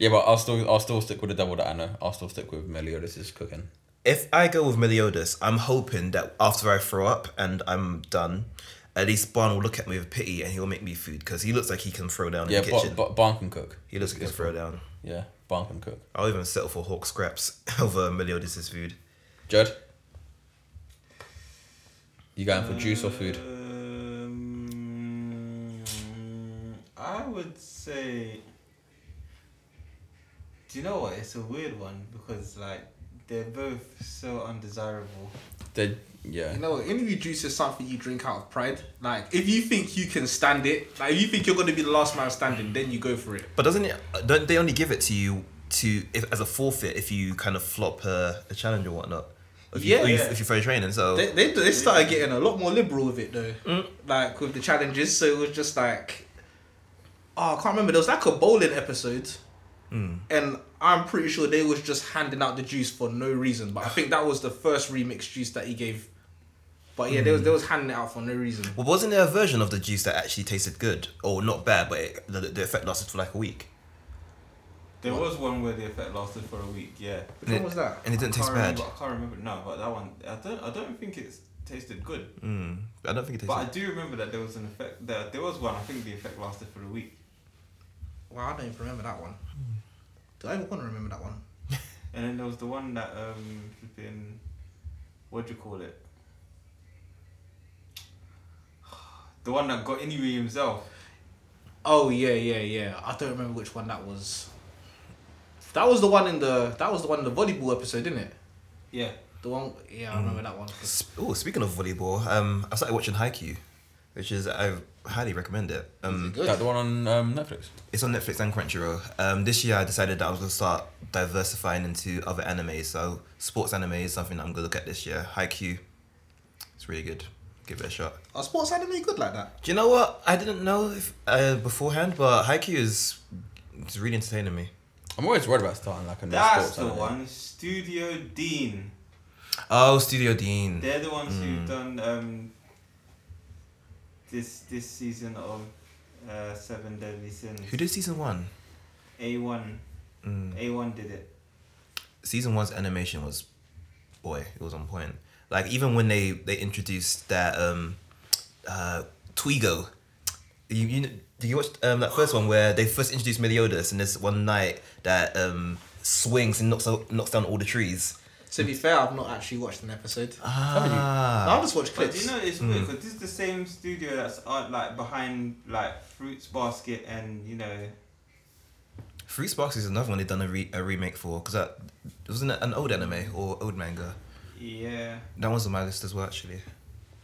[SPEAKER 1] Yeah, but I'll still I'll still stick with the devil that I know. I'll still stick with Meliodas' cooking.
[SPEAKER 2] if I go with Meliodas, I'm hoping that after I throw up and I'm done, at least Barn will look at me with pity and he'll make me food because he looks like he can throw down
[SPEAKER 1] Yeah,
[SPEAKER 2] in the kitchen.
[SPEAKER 1] but but Barn can cook.
[SPEAKER 2] he looks like he can throw down.
[SPEAKER 1] Yeah, Barn can cook.
[SPEAKER 2] I'll even settle for hawk scraps over Meliodas' food.
[SPEAKER 1] Jed, you going for juice or
[SPEAKER 3] Uh,
[SPEAKER 1] food?
[SPEAKER 3] Um, I would say. Do you know what? It's a weird one because, like, They're both so undesirable.
[SPEAKER 1] They, yeah.
[SPEAKER 4] You know, interview juice is something you drink out of pride. Like, if you think you can stand it, like, if you think you're going to be the last man standing, then you go for it.
[SPEAKER 2] But doesn't it? uh, Don't they only give it to you to if, as a forfeit if you kind of flop a, a challenge or whatnot? If you,
[SPEAKER 4] Yeah.
[SPEAKER 2] or you, if you throw training, so
[SPEAKER 4] They, they, they started getting a lot more liberal with it, though. Like, with the challenges. So it was just like, oh, I can't remember. There was like a bowling episode. And I'm pretty sure they was just handing out the juice for no reason. But I think that was the first remix juice that he gave. But yeah, they, was, they was handing it out for no reason.
[SPEAKER 2] well, wasn't there a version of the juice that actually tasted good or not bad, but it, the, the effect lasted for like a week?
[SPEAKER 3] There was one where the effect lasted for a week. Yeah.
[SPEAKER 4] Which one was that?
[SPEAKER 2] and it didn't
[SPEAKER 3] I
[SPEAKER 2] taste
[SPEAKER 3] can't
[SPEAKER 2] bad.
[SPEAKER 3] remember- I can't remember. No, but that one, I don't. I don't think it's tasted good.
[SPEAKER 2] Mm, I don't think it
[SPEAKER 3] But I
[SPEAKER 2] tasted.
[SPEAKER 3] do remember that there was an effect. There, there was one. I think the effect lasted for a week,
[SPEAKER 4] Wow, I don't even remember that one. Do I even want to remember that one?
[SPEAKER 3] and then there was the one that um flipping, what do you call it? The one that got anyway himself.
[SPEAKER 4] Oh yeah, yeah, yeah. I don't remember which one that was. That was the one in the that was the one in the volleyball episode, didn't it?
[SPEAKER 3] Yeah.
[SPEAKER 4] The one yeah, I remember that one.
[SPEAKER 2] Oh, speaking of volleyball, um, I started watching Haikyuu, which is I highly recommend it. Um,
[SPEAKER 4] Good.
[SPEAKER 1] That the one on um, Netflix.
[SPEAKER 2] It's on Netflix and Crunchyroll. Um, this year I decided that I was gonna start diversifying into other animes. So sports anime is something I'm gonna look at this year. Haikyuu, it's really good. Give it a shot.
[SPEAKER 4] Are sports anime good like that?
[SPEAKER 2] Do you know what? I didn't know if, uh, beforehand, but Haikyuu is it's really entertaining me.
[SPEAKER 1] I'm always worried about starting like a new
[SPEAKER 3] That's
[SPEAKER 1] sports
[SPEAKER 3] the
[SPEAKER 1] anime.
[SPEAKER 3] one. Studio Dean.
[SPEAKER 2] Oh, Studio Dean.
[SPEAKER 3] They're the ones
[SPEAKER 2] Mm.
[SPEAKER 3] who've done um. This this season of, uh, Seven Deadly Sins.
[SPEAKER 2] Who did season one?
[SPEAKER 3] A one.
[SPEAKER 2] Mm.
[SPEAKER 3] A one did it.
[SPEAKER 2] season one's animation was boy it was on point like even when they they introduced that um uh twigo you, you kn- did you watch um that first one where they first introduced meliodas and this one night that um swings and knocks out, knocks down all the trees
[SPEAKER 4] To be fair, I've not actually watched an episode. No, I
[SPEAKER 2] ah
[SPEAKER 4] just watched
[SPEAKER 3] But do
[SPEAKER 4] clips.
[SPEAKER 3] you know it's
[SPEAKER 2] Mm.
[SPEAKER 3] weird because this is the same studio that's uh, like behind like Fruits Basket and you know
[SPEAKER 2] fruit sparks is another one they've done a, re- a remake for because that wasn't it an old anime or old manga
[SPEAKER 3] yeah.
[SPEAKER 2] that one's on my list as well actually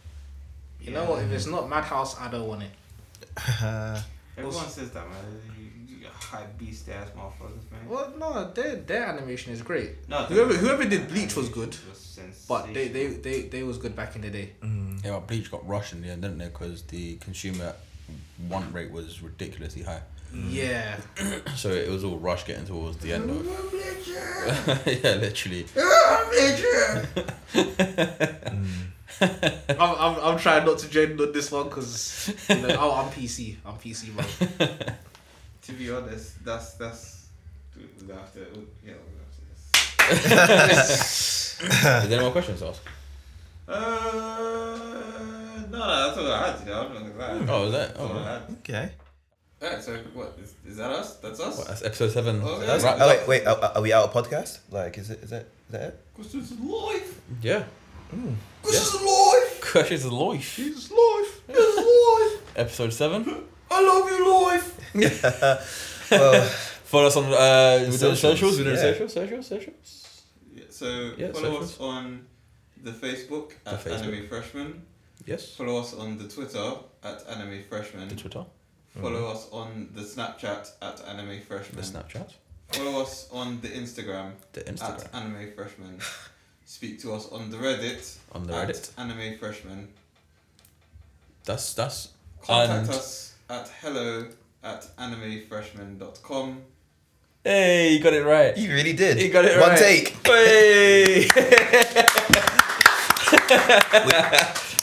[SPEAKER 4] You know what? If it's not Madhouse, I don't want it.
[SPEAKER 3] Everyone says that man. You, you hype beast ass motherfuckers man.
[SPEAKER 4] Well, no, their their animation is great.
[SPEAKER 3] No,
[SPEAKER 4] Whoever
[SPEAKER 3] the-
[SPEAKER 4] whoever did Bleach was good,
[SPEAKER 3] was
[SPEAKER 4] but they they,
[SPEAKER 3] sensational.
[SPEAKER 4] they, they was good back in the day.
[SPEAKER 2] Mm,
[SPEAKER 1] Yeah, but Bleach got rushed in the end, didn't they? Because the consumer want rate was ridiculously high,
[SPEAKER 4] Yeah.
[SPEAKER 1] so it was all rushed getting towards the end of. yeah, literally.
[SPEAKER 2] mm.
[SPEAKER 4] I'm, I'm, I'm trying not to join on this one because you know, oh, I'm PC. I'm PC, bro.
[SPEAKER 3] To be honest, that's that's we have to oh, yeah. we'll have to this.
[SPEAKER 1] Is there any more questions to ask?
[SPEAKER 3] Uh, no, no, that's all I had today. I'm not gonna lie.
[SPEAKER 1] Oh, is that?
[SPEAKER 3] That's
[SPEAKER 1] Oh,
[SPEAKER 3] all I
[SPEAKER 1] right.
[SPEAKER 3] had.
[SPEAKER 2] okay
[SPEAKER 3] Alright, so what is, is that us? That's us.
[SPEAKER 1] What, that's episode seven.
[SPEAKER 3] Oh, yeah.
[SPEAKER 1] That's wrapped
[SPEAKER 2] oh,
[SPEAKER 1] up.
[SPEAKER 2] wait wait are, are we out of podcast like is it is that is that it
[SPEAKER 3] Questions is life.
[SPEAKER 1] Yeah.
[SPEAKER 3] Questions is life.
[SPEAKER 1] Questions of life.
[SPEAKER 3] It's life. It's life.
[SPEAKER 1] Episode seven.
[SPEAKER 3] I love you, life.
[SPEAKER 2] well
[SPEAKER 1] Follow us on uh, we're doing
[SPEAKER 2] Socials,
[SPEAKER 1] socials. We're doing
[SPEAKER 2] yeah.
[SPEAKER 1] socials, socials, socials.
[SPEAKER 3] Yeah, so
[SPEAKER 1] Yeah,
[SPEAKER 3] follow
[SPEAKER 1] socials.
[SPEAKER 3] us on the Facebook
[SPEAKER 1] The
[SPEAKER 3] at
[SPEAKER 1] Facebook.
[SPEAKER 3] Anime Freshman.
[SPEAKER 1] Yes.
[SPEAKER 3] Follow us on the Twitter at Anime Freshman.
[SPEAKER 1] The Twitter,
[SPEAKER 3] Follow us on the Snapchat at Anime
[SPEAKER 1] the
[SPEAKER 3] Freshman.
[SPEAKER 1] Snapchat,
[SPEAKER 3] Follow us on the Instagram,
[SPEAKER 1] the Instagram,
[SPEAKER 3] at Anime Freshman. Speak to us on the Reddit
[SPEAKER 1] on the
[SPEAKER 3] at
[SPEAKER 1] Reddit.
[SPEAKER 3] Anime Freshman.
[SPEAKER 1] That's that's
[SPEAKER 3] Contact
[SPEAKER 1] And-
[SPEAKER 3] us at hello at animefreshman.com.
[SPEAKER 1] Hey, you got it right.
[SPEAKER 2] You really did.
[SPEAKER 1] You got it
[SPEAKER 2] One
[SPEAKER 1] right.
[SPEAKER 2] take.
[SPEAKER 1] Hey.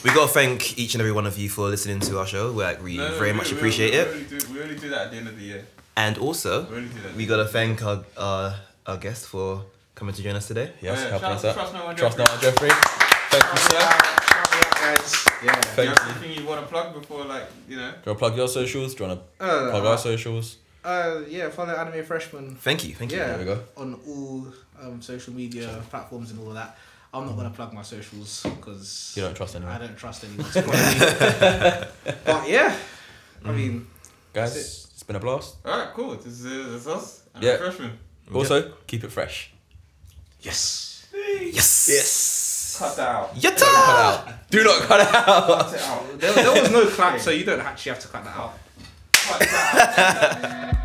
[SPEAKER 2] We gotta thank each and every one of you for listening to our show. We like we
[SPEAKER 3] No, no,
[SPEAKER 2] very
[SPEAKER 3] we-
[SPEAKER 2] much
[SPEAKER 3] we-
[SPEAKER 2] appreciate
[SPEAKER 3] we,
[SPEAKER 2] it.
[SPEAKER 3] Only do, we only do that at the end of the year.
[SPEAKER 2] And
[SPEAKER 3] We
[SPEAKER 2] also,
[SPEAKER 3] only do that.
[SPEAKER 2] we gotta thank our our, our guest for coming to join us today.
[SPEAKER 1] Yes,
[SPEAKER 3] Yeah,
[SPEAKER 1] helping
[SPEAKER 3] shout
[SPEAKER 1] us
[SPEAKER 3] out to
[SPEAKER 1] out.
[SPEAKER 3] Trust No One
[SPEAKER 1] Trust No
[SPEAKER 3] Jeffrey.
[SPEAKER 1] One Jeffrey. Thank you, sir.
[SPEAKER 4] Yeah.
[SPEAKER 3] Do
[SPEAKER 1] Thank
[SPEAKER 3] you
[SPEAKER 1] you.
[SPEAKER 3] have anything you want to plug before, like, you know?
[SPEAKER 1] Do you want to plug your socials? Do you want to plug our
[SPEAKER 4] Uh,
[SPEAKER 1] socials?
[SPEAKER 4] uh, yeah, follow Anime Freshman
[SPEAKER 2] Thank you, thank you.
[SPEAKER 4] Yeah.
[SPEAKER 1] There we go.
[SPEAKER 4] on all um, social media platforms and all of that. I'm not gonna plug my socials because
[SPEAKER 1] You don't trust anyone.
[SPEAKER 4] I don't trust anyone. but yeah, I mean,
[SPEAKER 1] Guys,
[SPEAKER 4] That's
[SPEAKER 1] it's been a blast.
[SPEAKER 3] Alright, cool. This is, this is us. Anime
[SPEAKER 1] Yeah.
[SPEAKER 3] Freshman.
[SPEAKER 1] Also, keep it fresh.
[SPEAKER 4] yes.
[SPEAKER 5] me.
[SPEAKER 2] Yes.
[SPEAKER 1] Yes.
[SPEAKER 3] Cut that out.
[SPEAKER 1] Cut
[SPEAKER 2] Yatta.
[SPEAKER 1] out. Do not cut out.
[SPEAKER 3] Cut it out.
[SPEAKER 4] There, there was no clap, so you don't actually have to cut that out.
[SPEAKER 3] Cut that out.